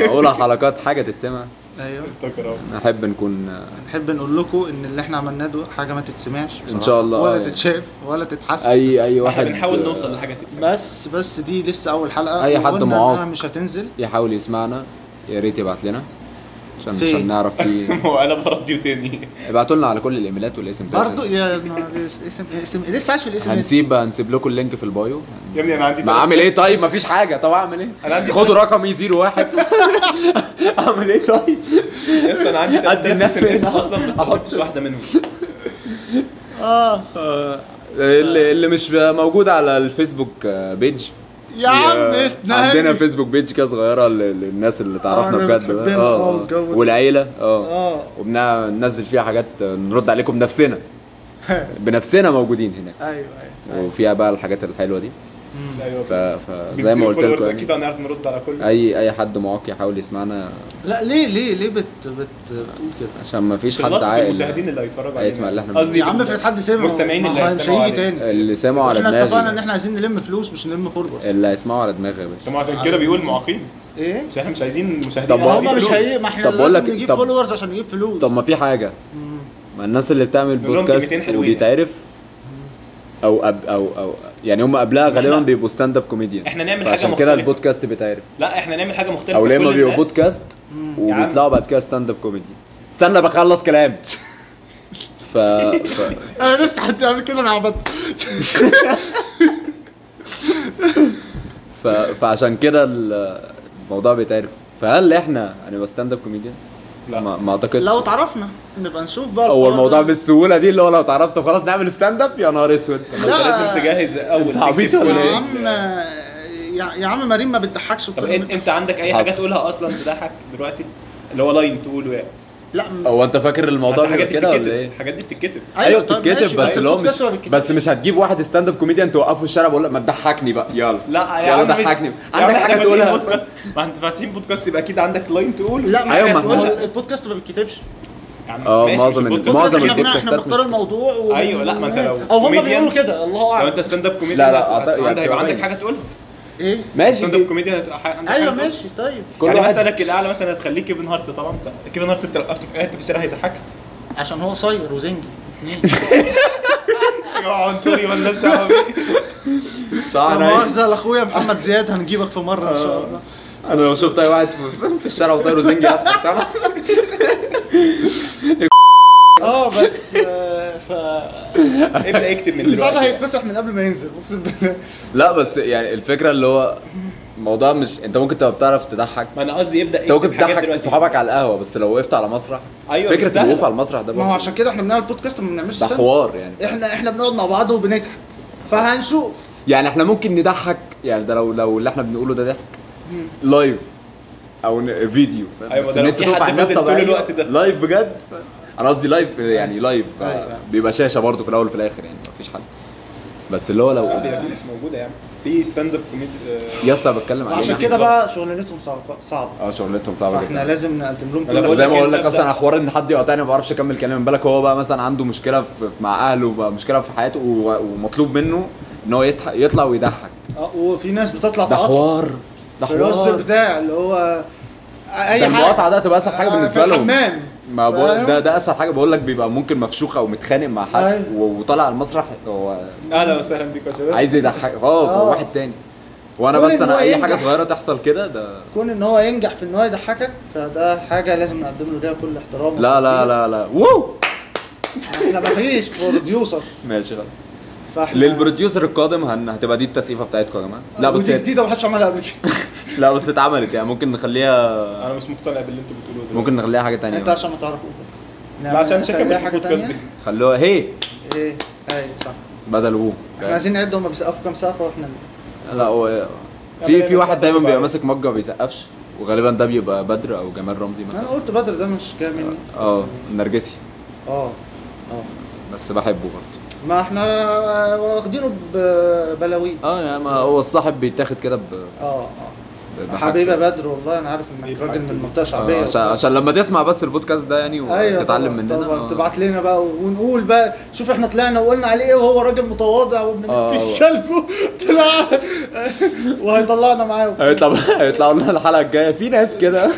[SPEAKER 1] معقوله حلقات حاجه تتسمع
[SPEAKER 3] ايوه
[SPEAKER 2] افتكر اهو
[SPEAKER 1] نحب نكون
[SPEAKER 3] نحب نقول لكم ان اللي احنا عملناه ده حاجه ما تتسمعش بصراحة.
[SPEAKER 1] شاء الله، آه،
[SPEAKER 3] ولا
[SPEAKER 1] يعني.
[SPEAKER 3] تتشاف ولا تتحس
[SPEAKER 1] اي اي
[SPEAKER 2] احنا
[SPEAKER 1] واحد
[SPEAKER 2] بنحاول نوصل لحاجه تتسمع
[SPEAKER 3] بس بس دي لسه اول حلقه
[SPEAKER 1] أي حد
[SPEAKER 3] وقلنا
[SPEAKER 1] معاق.
[SPEAKER 3] إنها مش هتنزل
[SPEAKER 1] يحاول يسمعنا يا ريت يبعت لنا عشان
[SPEAKER 3] فين؟
[SPEAKER 1] عشان نعرف في
[SPEAKER 2] هو انا برضيو تاني
[SPEAKER 1] ابعتوا لنا على كل الايميلات والاس ام
[SPEAKER 3] برضه يا نهار اس- اسم اسم لسه عايش في الاسم
[SPEAKER 1] هنسيب هنسيب لكم اللينك في البايو
[SPEAKER 2] يا ابني انا عندي
[SPEAKER 1] ما
[SPEAKER 2] تلات-
[SPEAKER 1] اعمل ايه طيب مفيش حاجه طب اعمل
[SPEAKER 2] أنا
[SPEAKER 1] ايه
[SPEAKER 2] عندي-
[SPEAKER 1] خدوا رقمي 01 اعمل ايه طيب
[SPEAKER 2] يا اسطى انا عندي تلات
[SPEAKER 1] أدي الناس
[SPEAKER 2] تلات SMS
[SPEAKER 1] فين؟
[SPEAKER 2] اصلا ما استخدمتش واحده منهم
[SPEAKER 3] آه.
[SPEAKER 1] اللي اللي مش موجود على الفيسبوك آه، بيج
[SPEAKER 3] يا عم
[SPEAKER 1] آه،
[SPEAKER 3] استنى
[SPEAKER 1] عندنا فيسبوك بيج كده صغيره لل- للناس اللي تعرفنا
[SPEAKER 3] اللي
[SPEAKER 1] بجد
[SPEAKER 3] بتحبنا،
[SPEAKER 1] بقى. اه
[SPEAKER 3] آه،
[SPEAKER 1] آه.
[SPEAKER 3] والجو ده.
[SPEAKER 1] والعيله اه
[SPEAKER 3] آه.
[SPEAKER 1] وبننزل فيها حاجات آه، نرد عليكم بنفسنا بنفسنا موجودين هناك
[SPEAKER 3] ايوه ايوه
[SPEAKER 1] وفيها بقى الحاجات الحلوه دي
[SPEAKER 2] ايوه
[SPEAKER 1] ف... ف... زي
[SPEAKER 2] بالزيرو
[SPEAKER 1] ما قلت
[SPEAKER 2] followers
[SPEAKER 1] لكم
[SPEAKER 2] اكيد
[SPEAKER 1] يعني
[SPEAKER 2] هنعرف نرد على كل
[SPEAKER 1] اي اي حد معاق يحاول يسمعنا
[SPEAKER 3] لا ليه ليه ليه بت بت بتقول كده
[SPEAKER 1] عشان ما فيش حد
[SPEAKER 2] باللطف
[SPEAKER 1] عاقل
[SPEAKER 2] المشاهدين اللي هيتفرجوا علينا
[SPEAKER 1] هيسمع اللي احنا
[SPEAKER 2] قصدي
[SPEAKER 3] يا عم في حد سامع
[SPEAKER 2] مستمعين اللي
[SPEAKER 3] ما هو مش
[SPEAKER 2] هيستمعوا
[SPEAKER 3] هيجي
[SPEAKER 2] عليه.
[SPEAKER 3] تاني
[SPEAKER 1] اللي سامعوا على
[SPEAKER 3] احنا اتفقنا ان
[SPEAKER 1] دماغي
[SPEAKER 3] احنا عايزين نلم فلوس مش نلم فوربر
[SPEAKER 1] اللي هيسمعوا على دماغي يا باشا
[SPEAKER 2] طب عشان كده بيقول معاقين
[SPEAKER 3] ايه
[SPEAKER 2] عشان احنا مش عايزين مشاهدين
[SPEAKER 1] طب
[SPEAKER 3] ما
[SPEAKER 1] ما
[SPEAKER 3] هما
[SPEAKER 1] هو
[SPEAKER 3] مش
[SPEAKER 2] فلوس.
[SPEAKER 3] هي ما احنا
[SPEAKER 1] طب بقول لك-
[SPEAKER 3] لازم نجيب
[SPEAKER 1] طب-
[SPEAKER 3] فولورز عشان نجيب فلوس
[SPEAKER 1] طب ما في حاجه
[SPEAKER 3] مم.
[SPEAKER 1] ما الناس اللي بتعمل
[SPEAKER 2] نقول لهم كلمتين
[SPEAKER 1] بودكاست
[SPEAKER 2] حلوين يعني.
[SPEAKER 1] وبيتعرف او أب او او يعني هم قبلها غالبا
[SPEAKER 2] إحنا-
[SPEAKER 1] بيبقوا ستاند اب كوميديان
[SPEAKER 2] إحنا نعمل حاجة
[SPEAKER 1] عشان كده
[SPEAKER 2] مختلفة.
[SPEAKER 1] البودكاست بيتعرف
[SPEAKER 2] لا احنا نعمل حاجه مختلفه
[SPEAKER 1] او لما
[SPEAKER 2] لكل
[SPEAKER 1] بيبقوا
[SPEAKER 2] الناس.
[SPEAKER 1] بودكاست
[SPEAKER 2] يا عم.
[SPEAKER 1] وبيطلعوا بعد كده ستاند اب كوميديان استنى بخلص كلام ف... ف...
[SPEAKER 3] انا نفسي حد يعمل كده انا عبط
[SPEAKER 1] ف... فعشان كده ال- الموضوع بيتعرف فهل احنا هنبقى ستاند اب كوميديان؟
[SPEAKER 2] لا.
[SPEAKER 1] ما, ما اعتقدش
[SPEAKER 3] لو اتعرفنا نبقى نشوف بقى
[SPEAKER 1] هو الموضوع
[SPEAKER 3] ده.
[SPEAKER 1] بالسهوله دي اللي هو لو اتعرفت خلاص نعمل ستاند اب يا نهار اسود
[SPEAKER 2] انت لازم تجهز اول
[SPEAKER 1] عبيط ولا
[SPEAKER 3] يا
[SPEAKER 1] ايه؟
[SPEAKER 3] عم يا- يا عم مريم ما بتضحكش
[SPEAKER 2] طب
[SPEAKER 3] بطريقة-
[SPEAKER 2] إن- انت عندك اي حاجه
[SPEAKER 1] حصل.
[SPEAKER 2] تقولها اصلا تضحك دلوقتي اللي هو لاين تقوله يعني
[SPEAKER 3] لا م-
[SPEAKER 1] هو انت فاكر الموضوع بيبقى
[SPEAKER 2] الحاجات دي
[SPEAKER 1] كده
[SPEAKER 2] بتتكتب
[SPEAKER 1] ولا ايه؟
[SPEAKER 2] الحاجات دي بتتكتب
[SPEAKER 1] ايوه
[SPEAKER 3] أيوة، طب طيب ماشي،
[SPEAKER 1] بتتكتب بس اللي هو مش
[SPEAKER 3] البودكاست ما بيتكتبش.
[SPEAKER 1] بس مش هتجيب واحد ستاند اب كوميديان توقفه في الشارع بقول لك ما تضحكني بقى يلا
[SPEAKER 2] لا يا
[SPEAKER 1] يلا
[SPEAKER 2] عم مش-
[SPEAKER 1] ضحكني
[SPEAKER 2] يا عم
[SPEAKER 1] عندك
[SPEAKER 2] إحنا
[SPEAKER 1] حاجه
[SPEAKER 2] فاتحين
[SPEAKER 1] تقولها
[SPEAKER 2] بودكاست ما انت فاتحين بودكاست يبقى اكيد عندك لاين تقوله
[SPEAKER 3] لا ما
[SPEAKER 1] أيوة،
[SPEAKER 3] أيوة
[SPEAKER 1] ما هو-
[SPEAKER 3] البودكاست ما بيتكتبش
[SPEAKER 2] يا عم
[SPEAKER 1] اه
[SPEAKER 2] ماشي، مش
[SPEAKER 1] معظم
[SPEAKER 2] البودكاست
[SPEAKER 1] معظم أيوة،
[SPEAKER 2] ده بيتكتب.
[SPEAKER 3] احنا بنا- احنا
[SPEAKER 1] البودكاستات
[SPEAKER 3] بنختار
[SPEAKER 1] مش-
[SPEAKER 3] الموضوع و...
[SPEAKER 2] ايوه، لا، ما أنت لو
[SPEAKER 3] او هم
[SPEAKER 2] كوميديان-
[SPEAKER 3] بيقولوا كده الله
[SPEAKER 2] لو
[SPEAKER 3] اعلم
[SPEAKER 2] انت ستاند اب كوميديان
[SPEAKER 1] لا، لا،
[SPEAKER 2] هت-
[SPEAKER 1] أعتقد
[SPEAKER 2] عندك هيبقى عندك
[SPEAKER 1] باين.
[SPEAKER 2] حاجه تقولها
[SPEAKER 3] ايه
[SPEAKER 1] ماشي
[SPEAKER 2] ستاند اب كوميديان هت- ح- عندك حاجة
[SPEAKER 3] ايوه
[SPEAKER 2] تقولها.
[SPEAKER 3] ماشي طيب
[SPEAKER 1] كل
[SPEAKER 2] يعني
[SPEAKER 1] واحد-
[SPEAKER 2] مثلك الاعلى مثلا هتخليه كيفن هارت طبعا انت- كيفن هارت انت لو وقفت في قعدت في الشارع هيضحكك
[SPEAKER 3] عشان هو قصير وزنجي اتنين
[SPEAKER 2] يا عنصري مالناش دعوه بيه
[SPEAKER 1] صح
[SPEAKER 3] لا
[SPEAKER 1] انا
[SPEAKER 3] مؤاخذة لاخويا محمد زياد هنجيبك في مرة ان شاء الله
[SPEAKER 1] انا لو شفت اي واحد في- في الشارع وصايره زنجي هضحك طبعا
[SPEAKER 3] اه بس آه، ف
[SPEAKER 2] ابدا اكتب من
[SPEAKER 3] البتاع ده
[SPEAKER 2] دلوقتي
[SPEAKER 3] هيتمسح من قبل ما ينزل اقسم بالله
[SPEAKER 1] لا بس يعني الفكره اللي هو الموضوع مش انت ممكن تبقى بتعرف تضحك
[SPEAKER 2] ما انا قصدي ابدا
[SPEAKER 1] انت ممكن
[SPEAKER 2] اكتب حاجات
[SPEAKER 1] تضحك
[SPEAKER 2] دلوقتي
[SPEAKER 1] صحابك على القهوه بس لو وقفت على مسرح
[SPEAKER 2] أيوة، مش
[SPEAKER 1] فكره
[SPEAKER 2] سهلة.
[SPEAKER 1] الوقوف على المسرح ده
[SPEAKER 3] ما هو
[SPEAKER 1] برضه
[SPEAKER 3] عشان كده احنا بنعمل بودكاست وما بنعملش
[SPEAKER 1] ده
[SPEAKER 3] stand.
[SPEAKER 1] حوار يعني
[SPEAKER 3] احنا احنا بنقعد مع بعض وبنضحك فهنشوف
[SPEAKER 1] يعني احنا ممكن نضحك يعني ده لو لو اللي احنا بنقوله ده ضحك لايف او ن- فيديو فاهم؟
[SPEAKER 2] أيوة،
[SPEAKER 1] بس
[SPEAKER 2] ده
[SPEAKER 1] ان
[SPEAKER 2] لو
[SPEAKER 1] انت
[SPEAKER 2] في
[SPEAKER 1] تقف
[SPEAKER 2] حد
[SPEAKER 1] على الناس
[SPEAKER 2] فضل طول
[SPEAKER 1] طبيعية،
[SPEAKER 2] الوقت ده. آه.
[SPEAKER 1] لايف بجد انا قصدي لايف يعني لايف ف-
[SPEAKER 3] أيوة.
[SPEAKER 1] بيبقى شاشه برضه في الاول وفي الاخر يعني مفيش حد بس اللي هو لو
[SPEAKER 2] عادي يعني في ناس موجوده يعني في آه، ستاند اب كوميدي
[SPEAKER 1] يس انا بتكلم عليه
[SPEAKER 3] عشان كده بقى شغلانتهم صعبة صعبة
[SPEAKER 1] اه شغلتهم صعبه
[SPEAKER 3] فاحنا
[SPEAKER 1] جدا
[SPEAKER 3] لازم نقدم لهم
[SPEAKER 2] أنا
[SPEAKER 3] كل
[SPEAKER 2] بقول
[SPEAKER 1] وزي ما
[SPEAKER 2] لك
[SPEAKER 1] اقول
[SPEAKER 2] أنت
[SPEAKER 1] لك اصلا
[SPEAKER 2] بتاع-
[SPEAKER 1] انا حوار ان حد يقاطعني ما بعرفش اكمل كلامي من بالك هو بقى مثلا عنده مشكله في مع اهله بقى مشكله في حياته و- ومطلوب منه ان هو يضحك- يطلع ويضحك
[SPEAKER 3] آه، وفي ناس بتطلع
[SPEAKER 2] آه.
[SPEAKER 1] ده
[SPEAKER 3] تقاطع
[SPEAKER 1] حوار ده
[SPEAKER 3] في الرأس
[SPEAKER 1] حوار
[SPEAKER 3] بتاع اللي هو اي
[SPEAKER 1] ده
[SPEAKER 3] حاجه
[SPEAKER 1] المقاطعه ده تبقى اسهل حاجه
[SPEAKER 3] آه،
[SPEAKER 1] بالنسبه
[SPEAKER 3] في
[SPEAKER 1] لهم
[SPEAKER 3] الحمام.
[SPEAKER 1] ما بقول
[SPEAKER 3] فاهم؟
[SPEAKER 1] ده ده اسهل حاجه بقول لك بيبقى ممكن مفشوخ او متخانق مع حد
[SPEAKER 3] أيوة.
[SPEAKER 1] و- وطالع على المسرح هو
[SPEAKER 2] اهلا وسهلا بيكم يا شباب
[SPEAKER 1] عايز يضحك اه
[SPEAKER 3] آه.
[SPEAKER 1] هو واحد تاني وانا
[SPEAKER 3] قول
[SPEAKER 1] بس
[SPEAKER 3] إن هو
[SPEAKER 1] انا اي
[SPEAKER 3] ينجح.
[SPEAKER 1] حاجه صغيره تحصل كده ده
[SPEAKER 3] كون ان هو ينجح في ان هو يضحكك فده حاجه لازم نقدم له ليها كل احترام
[SPEAKER 1] لا لا لا لا وو
[SPEAKER 3] احنا مفيش بروديوسر
[SPEAKER 1] ماشي خلاص
[SPEAKER 3] فاحنا آه،
[SPEAKER 1] للبروديوسر القادم هن... هتبقى دي التسقيفه بتاعتكم يا جماعه لا بس
[SPEAKER 3] ودي جديده محدش عملها قبل كده
[SPEAKER 1] لا بس اتعملت يعني ممكن نخليها
[SPEAKER 2] انا مش مقتنع باللي انتوا بتقولوه ده
[SPEAKER 1] ممكن نخليها حاجه تانية
[SPEAKER 3] انت عشان ما تعرف اوبر
[SPEAKER 2] لا عشان شكل
[SPEAKER 3] شكل
[SPEAKER 2] في البودكاست دي
[SPEAKER 1] خلوها هي
[SPEAKER 3] ايه ايوه صح
[SPEAKER 1] بدل وو
[SPEAKER 3] احنا عايزين نعد هم بيسقفوا كام سقفه واحنا
[SPEAKER 1] لا هو في
[SPEAKER 2] يعني
[SPEAKER 1] في واحد
[SPEAKER 2] مسقف
[SPEAKER 1] دايما بيبقى
[SPEAKER 2] صباعي.
[SPEAKER 1] ماسك مجه ما بيسقفش وغالبا ده بيبقى بدر او جمال رمزي مثلا
[SPEAKER 3] انا قلت بدر ده مش جاي مني
[SPEAKER 1] اه النرجسي
[SPEAKER 3] اه اه
[SPEAKER 1] بس بحبه برضه
[SPEAKER 3] ما احنا واخدينه ببلاوي
[SPEAKER 1] اه يعني ما هو الصاحب بيتاخد كده ب...
[SPEAKER 3] اه اه
[SPEAKER 1] بحاجة.
[SPEAKER 3] حبيبه بدر والله انا عارف انك
[SPEAKER 2] حبيبي
[SPEAKER 3] راجل من
[SPEAKER 2] حبيبي.
[SPEAKER 3] منطقه
[SPEAKER 1] آه،
[SPEAKER 3] شعبيه
[SPEAKER 1] عشان عشان لما تسمع بس البودكاست ده يعني وتتعلم مننا
[SPEAKER 3] طبعا
[SPEAKER 1] آه.
[SPEAKER 3] أيوة تبعت لنا بقى ونقول بقى شوف احنا طلعنا وقلنا عليه ايه وهو راجل متواضع وابن
[SPEAKER 1] آه،
[SPEAKER 3] بنت
[SPEAKER 1] والله.
[SPEAKER 3] كلبه طلع وهيطلعنا معاه وبتاع.
[SPEAKER 1] هيطلع هيطلعوا لنا الحلقه الجايه في ناس كده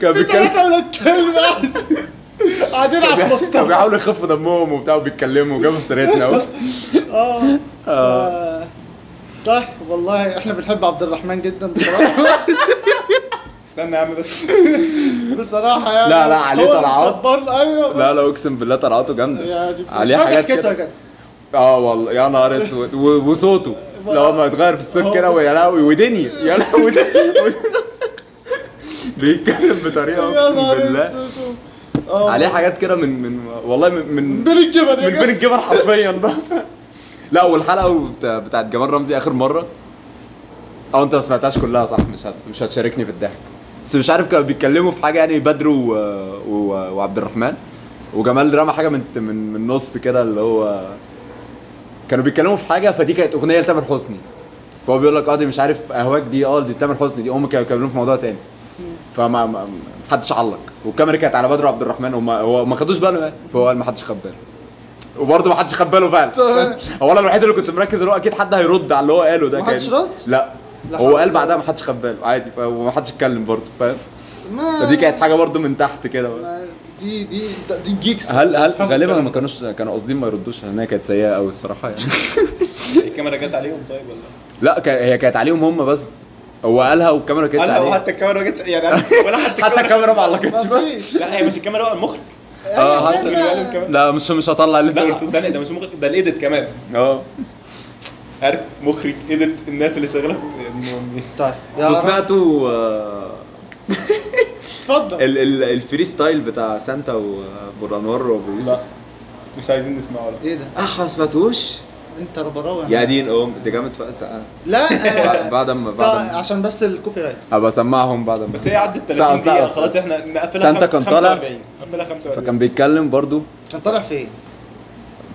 [SPEAKER 1] كان
[SPEAKER 3] في
[SPEAKER 1] بيتكلم يعني-
[SPEAKER 3] ثلاثة ولاد كلب قاعد- قاعدين على
[SPEAKER 1] كانوا
[SPEAKER 3] البوستر
[SPEAKER 1] بيحاولوا يخفوا دمهم وبتاع وبيتكلموا وجابوا سيرتنا يعني-
[SPEAKER 3] اه
[SPEAKER 1] آه.
[SPEAKER 3] ف- طيب والله احنا بنحب عبد الرحمن جدا بصراحه
[SPEAKER 2] استنى يا عم بس
[SPEAKER 3] بصراحه يعني
[SPEAKER 1] لا، لا، عليه
[SPEAKER 3] هو اللي
[SPEAKER 1] طلعات.
[SPEAKER 3] مصبرنا، ايوه
[SPEAKER 1] لا لا اقسم بالله طلعاته جامده
[SPEAKER 3] يعني بصراحة.
[SPEAKER 1] عليه
[SPEAKER 3] فاتح
[SPEAKER 1] حاجات
[SPEAKER 3] كتوة
[SPEAKER 1] كده
[SPEAKER 3] كده.
[SPEAKER 1] اه والله يا نهار اسود و- وصوته لو ما يتغير في الصوت
[SPEAKER 3] هو
[SPEAKER 1] كده
[SPEAKER 3] بص-
[SPEAKER 1] ويا لهوي ودنيا يا لهوي دنيا. بيتكلم بطريقه
[SPEAKER 3] يا
[SPEAKER 1] اقسم
[SPEAKER 3] نهار
[SPEAKER 1] بالله
[SPEAKER 3] اسود
[SPEAKER 1] عليه حاجات كده من من والله من من
[SPEAKER 3] بين الجبل يا
[SPEAKER 1] من بين
[SPEAKER 3] جماعة.
[SPEAKER 1] الجبل حرفيا بقى لا والحلقه بتاع- بتاعت جمال رمزي اخر مره اه انت ما سمعتهاش كلها صح مش هت... مش هتشاركني في الضحك بس مش عارف كانوا بيتكلموا في حاجه يعني بدر و... و... وعبد الرحمن وجمال رمى حاجه من من من النص كده اللي هو كانوا بيتكلموا في حاجه فدي كانت اغنيه لتامر حسني فهو بيقول لك اه دي مش عارف اهواك دي اه دي تامر حسني دي هم كانوا بيتكلموا في موضوع تاني فما ما- محدش علق والكاميرا كانت على بدر وعبد الرحمن وما هو ما خدوش باله يعني فهو قال ما حدش خد باله وبرضه ما حدش خد باله فعلا
[SPEAKER 3] تمام.
[SPEAKER 1] هو انا الوحيد اللي كنت مركز اللي هو اكيد حد هيرد على اللي هو قاله ده
[SPEAKER 3] ما حدش
[SPEAKER 1] كان-
[SPEAKER 3] رد؟
[SPEAKER 1] لا
[SPEAKER 3] لا
[SPEAKER 1] هو
[SPEAKER 3] حول
[SPEAKER 1] قال
[SPEAKER 3] ولا
[SPEAKER 1] بعدها ما حدش خد باله عادي ف- وما حدش اتكلم برضه فاهم
[SPEAKER 3] ما-
[SPEAKER 1] فدي كانت حاجه برضه من تحت كده بقى.
[SPEAKER 3] ما- دي دي دي الجيكس
[SPEAKER 1] هل هل غالبا ما كانوش كانوا قاصدين ما يردوش لان هي كانت سيئه قوي الصراحه يعني
[SPEAKER 2] الكاميرا جت عليهم طيب ولا
[SPEAKER 1] لا كا- هي كانت عليهم هم بس هو قالها والكاميرا كانت
[SPEAKER 2] انا
[SPEAKER 1] عليه
[SPEAKER 2] وحتى الكاميرا جت يعني أنا- ولا حتى
[SPEAKER 1] حتى
[SPEAKER 2] الكاميرا
[SPEAKER 1] الكاميرا ما
[SPEAKER 3] ما
[SPEAKER 1] علقتش بقى
[SPEAKER 3] فيش. أيوة،
[SPEAKER 2] لا هي مش الكاميرا هو المخرج
[SPEAKER 1] اه
[SPEAKER 2] اللي بيقول
[SPEAKER 1] حتى
[SPEAKER 2] الكاميرا
[SPEAKER 1] لا مش مش هطلع اللي انت
[SPEAKER 2] أيوة، لا
[SPEAKER 1] قلته
[SPEAKER 2] ثانية ده مش مخرج ده الايديت كمان
[SPEAKER 1] اه
[SPEAKER 2] عارف مخرج ايديت الناس اللي شغاله في-
[SPEAKER 3] طيب يا
[SPEAKER 1] انتوا
[SPEAKER 3] رب.
[SPEAKER 1] سمعتوا آه،
[SPEAKER 3] اتفضل
[SPEAKER 1] ال ال الفري ستايل بتاع سانتا آه، وابو انوار وابو يوسف
[SPEAKER 2] لا مش عايزين نسمعه لا
[SPEAKER 3] ايه ده
[SPEAKER 1] اه ما سمعتوش
[SPEAKER 3] انت ربراوي
[SPEAKER 1] يا دين ام ده جامد فقط آه.
[SPEAKER 3] لا
[SPEAKER 1] بعد-
[SPEAKER 3] آه،
[SPEAKER 1] بعد ما
[SPEAKER 3] طيب،
[SPEAKER 1] بعد ما
[SPEAKER 3] عشان بس الكوبي رايت
[SPEAKER 1] ابقى اسمعهم بعد ما
[SPEAKER 2] بس هي عدت
[SPEAKER 1] ساعة-
[SPEAKER 2] 30
[SPEAKER 1] ساعة-
[SPEAKER 2] دقيقة
[SPEAKER 1] ساعة.
[SPEAKER 2] خلاص احنا نقفلها
[SPEAKER 1] سانتا
[SPEAKER 2] خم-
[SPEAKER 1] كان طالع.
[SPEAKER 2] 45 نقفلها 45
[SPEAKER 1] فكان بيتكلم برضو
[SPEAKER 3] كان طالع إيه؟ فين؟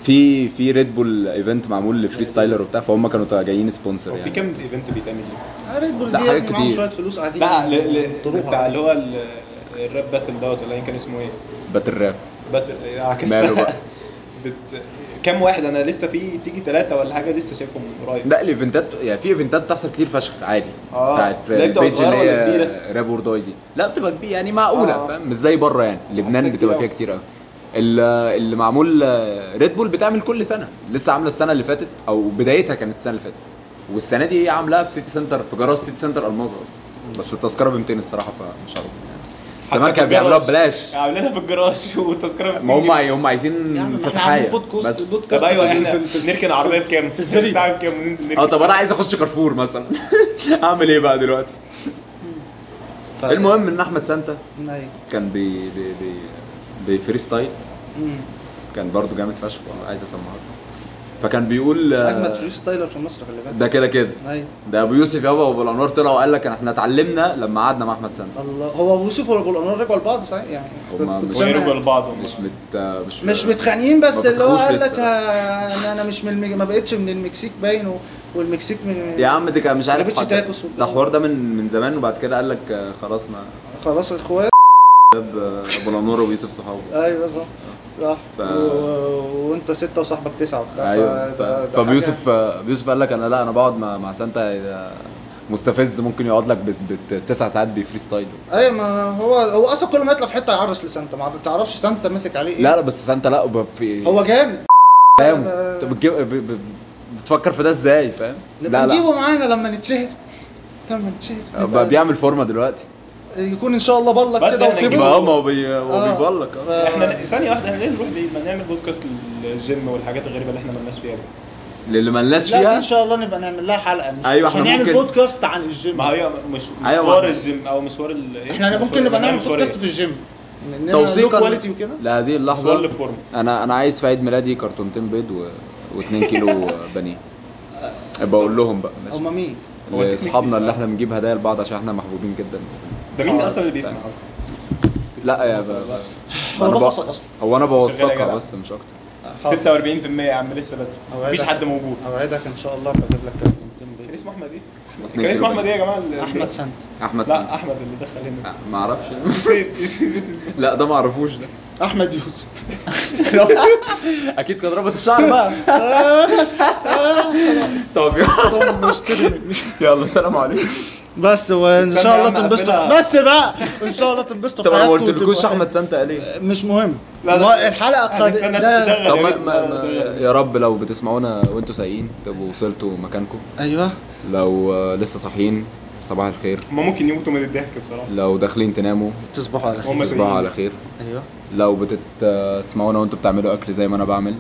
[SPEAKER 1] في في ريد بول ايفنت معمول لفري ستايلر وبتاع فهم كانوا جايين سبونسر
[SPEAKER 2] هو في
[SPEAKER 1] يعني
[SPEAKER 2] كام ايفنت بيتعمل ليه؟
[SPEAKER 3] آه، ريد بول
[SPEAKER 1] لا،
[SPEAKER 3] دي
[SPEAKER 1] حاجات
[SPEAKER 3] يعني معاهم
[SPEAKER 1] كتير.
[SPEAKER 3] شويه فلوس قاعدين
[SPEAKER 2] لا ل- ل-
[SPEAKER 3] يطروها.
[SPEAKER 2] بتاع اللي هو ال- الراب باتل دوت ولا كان اسمه ايه؟
[SPEAKER 1] باتل راب
[SPEAKER 2] باتل عكستها
[SPEAKER 1] ماله بقى؟
[SPEAKER 2] بت... كام واحد انا لسه في تيجي ثلاثة ولا حاجة لسه شايفهم من قريب
[SPEAKER 1] لا الايفنتات يعني في ايفنتات بتحصل كتير فشخ عادي
[SPEAKER 2] آه.
[SPEAKER 1] بتاعت
[SPEAKER 2] لا، بتبقى
[SPEAKER 1] البيج اللي
[SPEAKER 2] صغيرة ولا
[SPEAKER 1] هي
[SPEAKER 2] كبيرة؟
[SPEAKER 1] راب ورداي دي لا بتبقى كبيره يعني معقوله
[SPEAKER 2] آه.
[SPEAKER 1] فاهم مش زي بره يعني لبنان
[SPEAKER 2] حاسة
[SPEAKER 1] بتبقى
[SPEAKER 2] كبيرة
[SPEAKER 1] فيها كتير قوي اللي معمول ريد بول بتعمل كل سنه لسه عامله السنه اللي فاتت او بدايتها كانت السنه اللي فاتت والسنه دي هي عاملاها في سيتي سنتر في جراج سيتي سنتر الماظه اصلا بس التذكره ب 200 الصراحه فمش عارف يعني
[SPEAKER 2] حتى
[SPEAKER 1] زمان
[SPEAKER 2] في
[SPEAKER 1] كانوا بيعملوها
[SPEAKER 2] الجراج.
[SPEAKER 1] ببلاش
[SPEAKER 2] عاملينها في الجراج والتذكرة
[SPEAKER 1] ما هم
[SPEAKER 2] بتيجي.
[SPEAKER 1] هم
[SPEAKER 2] يعني
[SPEAKER 3] يا عم، ما
[SPEAKER 1] عايزين
[SPEAKER 3] إحنا عاملين
[SPEAKER 1] فسحايه
[SPEAKER 3] بودكاست-
[SPEAKER 1] بس
[SPEAKER 2] طب
[SPEAKER 3] بودكاست
[SPEAKER 2] ايوه
[SPEAKER 3] في-
[SPEAKER 2] احنا
[SPEAKER 3] في- في-
[SPEAKER 2] نركن العربية بكام؟ في
[SPEAKER 3] الزريق.
[SPEAKER 2] الساعة بكام وننزل نركن
[SPEAKER 1] اه طب انا عايز اخش كارفور مثلا اعمل ايه بقى دلوقتي
[SPEAKER 3] ف-
[SPEAKER 1] المهم ان احمد سانتا
[SPEAKER 3] أيوة.
[SPEAKER 1] كان بي بي بي بفري ستايل
[SPEAKER 3] مم.
[SPEAKER 1] كان برضو جامد فشخ وأنا عايز اسمعه فكان بيقول آه،
[SPEAKER 3] اجمد فري ستايلر في مصر خلي بالك
[SPEAKER 1] ده كده كده
[SPEAKER 3] ايوه
[SPEAKER 1] ده ابو يوسف يابا وابو الانوار طلع وقال لك احنا اتعلمنا لما قعدنا مع احمد سانتا
[SPEAKER 3] الله هو ابو يوسف وابو الانوار رجعوا لبعض صحيح يعني كنت-
[SPEAKER 1] هما
[SPEAKER 3] كنت
[SPEAKER 1] مش-
[SPEAKER 3] سامع-
[SPEAKER 2] ويرجعوا لبعض هم.
[SPEAKER 1] مش مت آه، مش
[SPEAKER 3] مش متخانقين بس
[SPEAKER 1] ما
[SPEAKER 3] اللي هو
[SPEAKER 1] فسخوش
[SPEAKER 3] قال
[SPEAKER 1] لسه.
[SPEAKER 3] لك آه، انا انا مش من المج... ما بقتش من المكسيك باين و- والمكسيك من
[SPEAKER 1] يا عم دي كان مش عارف
[SPEAKER 3] جابتش
[SPEAKER 1] حد-
[SPEAKER 3] تاكوس وبتاع.
[SPEAKER 1] ده حوار ده من من زمان وبعد كده قال لك آه، خلاص ما
[SPEAKER 3] خلاص اخوات
[SPEAKER 1] شباب، آه، ابو الانوار وابو يوسف صحابه
[SPEAKER 3] ايوه صح صح
[SPEAKER 1] ف-
[SPEAKER 3] ف... و... وانت ستة وصاحبك تسعة وبتاع
[SPEAKER 1] ايوه
[SPEAKER 3] فده- ده
[SPEAKER 1] فابو
[SPEAKER 3] حاجة-
[SPEAKER 1] يوسف ابو يوسف قال لك انا لا انا بقعد مع مع سانتا آه، مستفز ممكن يقعد لك بت- بت- تسع ساعات بفري ستايل
[SPEAKER 3] ايوه ما هو هو اصلا كل ما يطلع في حتة يعرس لسانتا ما تعرفش سانتا ماسك عليه ايه
[SPEAKER 1] لا لا بس سانتا لا ب- في
[SPEAKER 3] هو جامد
[SPEAKER 1] فاهم
[SPEAKER 3] آه.
[SPEAKER 1] انت بتجيب ب- ب- بتفكر في ده ازاي فاهم
[SPEAKER 3] نبقى
[SPEAKER 1] لا لا
[SPEAKER 3] نجيبه معانا لما نتشهر لما نتشهر
[SPEAKER 1] بقى
[SPEAKER 3] نبقى-
[SPEAKER 1] بيعمل فورمه دلوقتي
[SPEAKER 3] يكون ان شاء الله بلك
[SPEAKER 2] بس
[SPEAKER 3] كده
[SPEAKER 2] احنا
[SPEAKER 3] وكبر.
[SPEAKER 2] نجيبه.
[SPEAKER 1] بقى هو وبي... وبيبلك
[SPEAKER 3] ف...
[SPEAKER 1] اه
[SPEAKER 2] احنا ثانية واحدة احنا ليه نروح ليه؟ ما نعمل بودكاست للجيم والحاجات الغريبة اللي احنا مالناش فيها دي.
[SPEAKER 1] للي ملناش
[SPEAKER 3] لا دي
[SPEAKER 1] فيها
[SPEAKER 3] ان شاء الله نبقى نعمل لها حلقه مش
[SPEAKER 1] أيوة،
[SPEAKER 3] مش
[SPEAKER 1] إحنا
[SPEAKER 3] هنعمل
[SPEAKER 1] ممكن-
[SPEAKER 3] بودكاست عن الجيم
[SPEAKER 2] ما هي مش
[SPEAKER 1] أيوة،
[SPEAKER 2] مشوار
[SPEAKER 1] ما-
[SPEAKER 2] الجيم او مشوار ال إيه؟
[SPEAKER 3] احنا
[SPEAKER 2] مشوار-
[SPEAKER 3] ممكن نبقى نعمل
[SPEAKER 2] مشوار
[SPEAKER 3] بودكاست
[SPEAKER 2] إيه؟
[SPEAKER 3] في الجيم إننا
[SPEAKER 1] توثيقا
[SPEAKER 3] low quality وكده
[SPEAKER 1] لهذه
[SPEAKER 2] مشوار
[SPEAKER 1] اللحظه
[SPEAKER 2] للفورمة
[SPEAKER 1] انا انا عايز في عيد ميلادي كرتونتين بيض و... و2 كيلو بانيه ابقى اقول لهم بقى ماشي
[SPEAKER 3] هم مين؟
[SPEAKER 2] هو أنت-
[SPEAKER 1] لاصحابنا اللي احنا بنجيب هدايا لبعض عشان احنا محبوبين جدا
[SPEAKER 2] ده مين اصلا اللي بيسمع اصلا؟
[SPEAKER 1] لا يا بابا
[SPEAKER 3] هو
[SPEAKER 1] أنا
[SPEAKER 3] ده آه،
[SPEAKER 1] بق-
[SPEAKER 3] فصل اصلا
[SPEAKER 1] هو انا
[SPEAKER 2] بس شغال يا
[SPEAKER 1] بوثقها
[SPEAKER 2] جدع.
[SPEAKER 1] بس مش اكتر
[SPEAKER 2] 46% يا عم لسه بدري
[SPEAKER 3] أوعدك.
[SPEAKER 2] مفيش حد موجود
[SPEAKER 3] اوعدك ان شاء الله بجيب لك كابتن
[SPEAKER 2] كان
[SPEAKER 3] بيض.
[SPEAKER 2] اسمه احمد ايه؟
[SPEAKER 1] اتنين
[SPEAKER 2] كان اسمه
[SPEAKER 1] كيلو
[SPEAKER 2] احمد ايه يا جماعه ال-
[SPEAKER 3] احمد سانت
[SPEAKER 1] احمد
[SPEAKER 2] لا
[SPEAKER 1] سعد
[SPEAKER 2] احمد اللي دخل هنا
[SPEAKER 1] ما اعرفش
[SPEAKER 2] نسيت نسيت اسمه
[SPEAKER 1] لا ده ما اعرفوش ده
[SPEAKER 3] احمد يوسف
[SPEAKER 1] اكيد كان رابط الشعر بقى طب يلا يلا سلام عليكم
[SPEAKER 3] بس وان
[SPEAKER 2] استنى
[SPEAKER 3] شاء
[SPEAKER 2] يا
[SPEAKER 3] الله
[SPEAKER 2] عم
[SPEAKER 3] تنبسطوا
[SPEAKER 2] أقفلها.
[SPEAKER 3] بس بقى ان شاء الله تنبسطوا في
[SPEAKER 1] طب انا ما
[SPEAKER 3] حياتكم
[SPEAKER 1] قلتلكوش
[SPEAKER 3] وتبقوا-
[SPEAKER 1] احمد سانتا قال
[SPEAKER 2] آه،
[SPEAKER 1] ايه
[SPEAKER 3] مش مهم
[SPEAKER 2] لا، لا.
[SPEAKER 3] ما- الحلقه قد...
[SPEAKER 2] هنستنى
[SPEAKER 3] ده-
[SPEAKER 2] شغل
[SPEAKER 1] طب
[SPEAKER 2] يا
[SPEAKER 1] ما
[SPEAKER 2] بيه.
[SPEAKER 1] ما ما
[SPEAKER 2] شغل.
[SPEAKER 1] يا رب لو بتسمعونا وانتوا سايقين تبقوا وصلتوا مكانكم أيوة.
[SPEAKER 3] ايوه
[SPEAKER 1] لو آه، لسه صاحيين صباح الخير
[SPEAKER 2] هما ممكن يموتوا من الضحك بصراحه
[SPEAKER 1] لو داخلين تناموا
[SPEAKER 3] تصبحوا على خير
[SPEAKER 2] هم
[SPEAKER 1] تصبحوا
[SPEAKER 2] سايقين.
[SPEAKER 1] على خير أيوة.
[SPEAKER 3] ايوه
[SPEAKER 1] لو بتسمعونا وانتوا بتعملوا اكل زي ما انا بعمل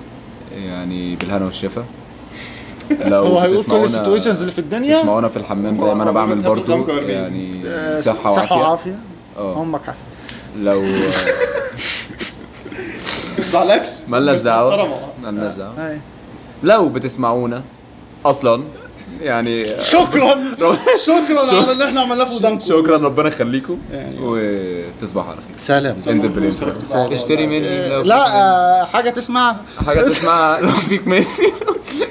[SPEAKER 1] يعني بالهنا والشفا
[SPEAKER 6] هو
[SPEAKER 1] لو
[SPEAKER 6] هيقول كل
[SPEAKER 1] بتسمعونا
[SPEAKER 6] السيتويشنز اللي في الدنيا
[SPEAKER 1] تسمعونا في الحمام زي ما انا بعمل
[SPEAKER 2] هو- هو-
[SPEAKER 1] برضو
[SPEAKER 2] 45.
[SPEAKER 1] يعني
[SPEAKER 3] آه،
[SPEAKER 1] صحة
[SPEAKER 3] صحه
[SPEAKER 1] وعافية
[SPEAKER 3] وعافيه
[SPEAKER 1] اه
[SPEAKER 3] امك عافيه
[SPEAKER 1] لو
[SPEAKER 2] ما تزعلكش
[SPEAKER 1] مالناش
[SPEAKER 2] بس محترمة.
[SPEAKER 1] دعوة مالناش دعوة
[SPEAKER 3] أيوة.
[SPEAKER 1] لو بتسمعونا اصلا يعني
[SPEAKER 3] شكرا شكرا على اللي احنا عملناه في ودانكم
[SPEAKER 1] شكرا ربنا يخليكم
[SPEAKER 6] يعني.
[SPEAKER 1] وتصبحوا على خير
[SPEAKER 3] سلام
[SPEAKER 1] انزل بالانسان اشتري مني لو
[SPEAKER 3] آه، لا آه، حاجه تسمع
[SPEAKER 1] حاجه تسمعها لو فيك مني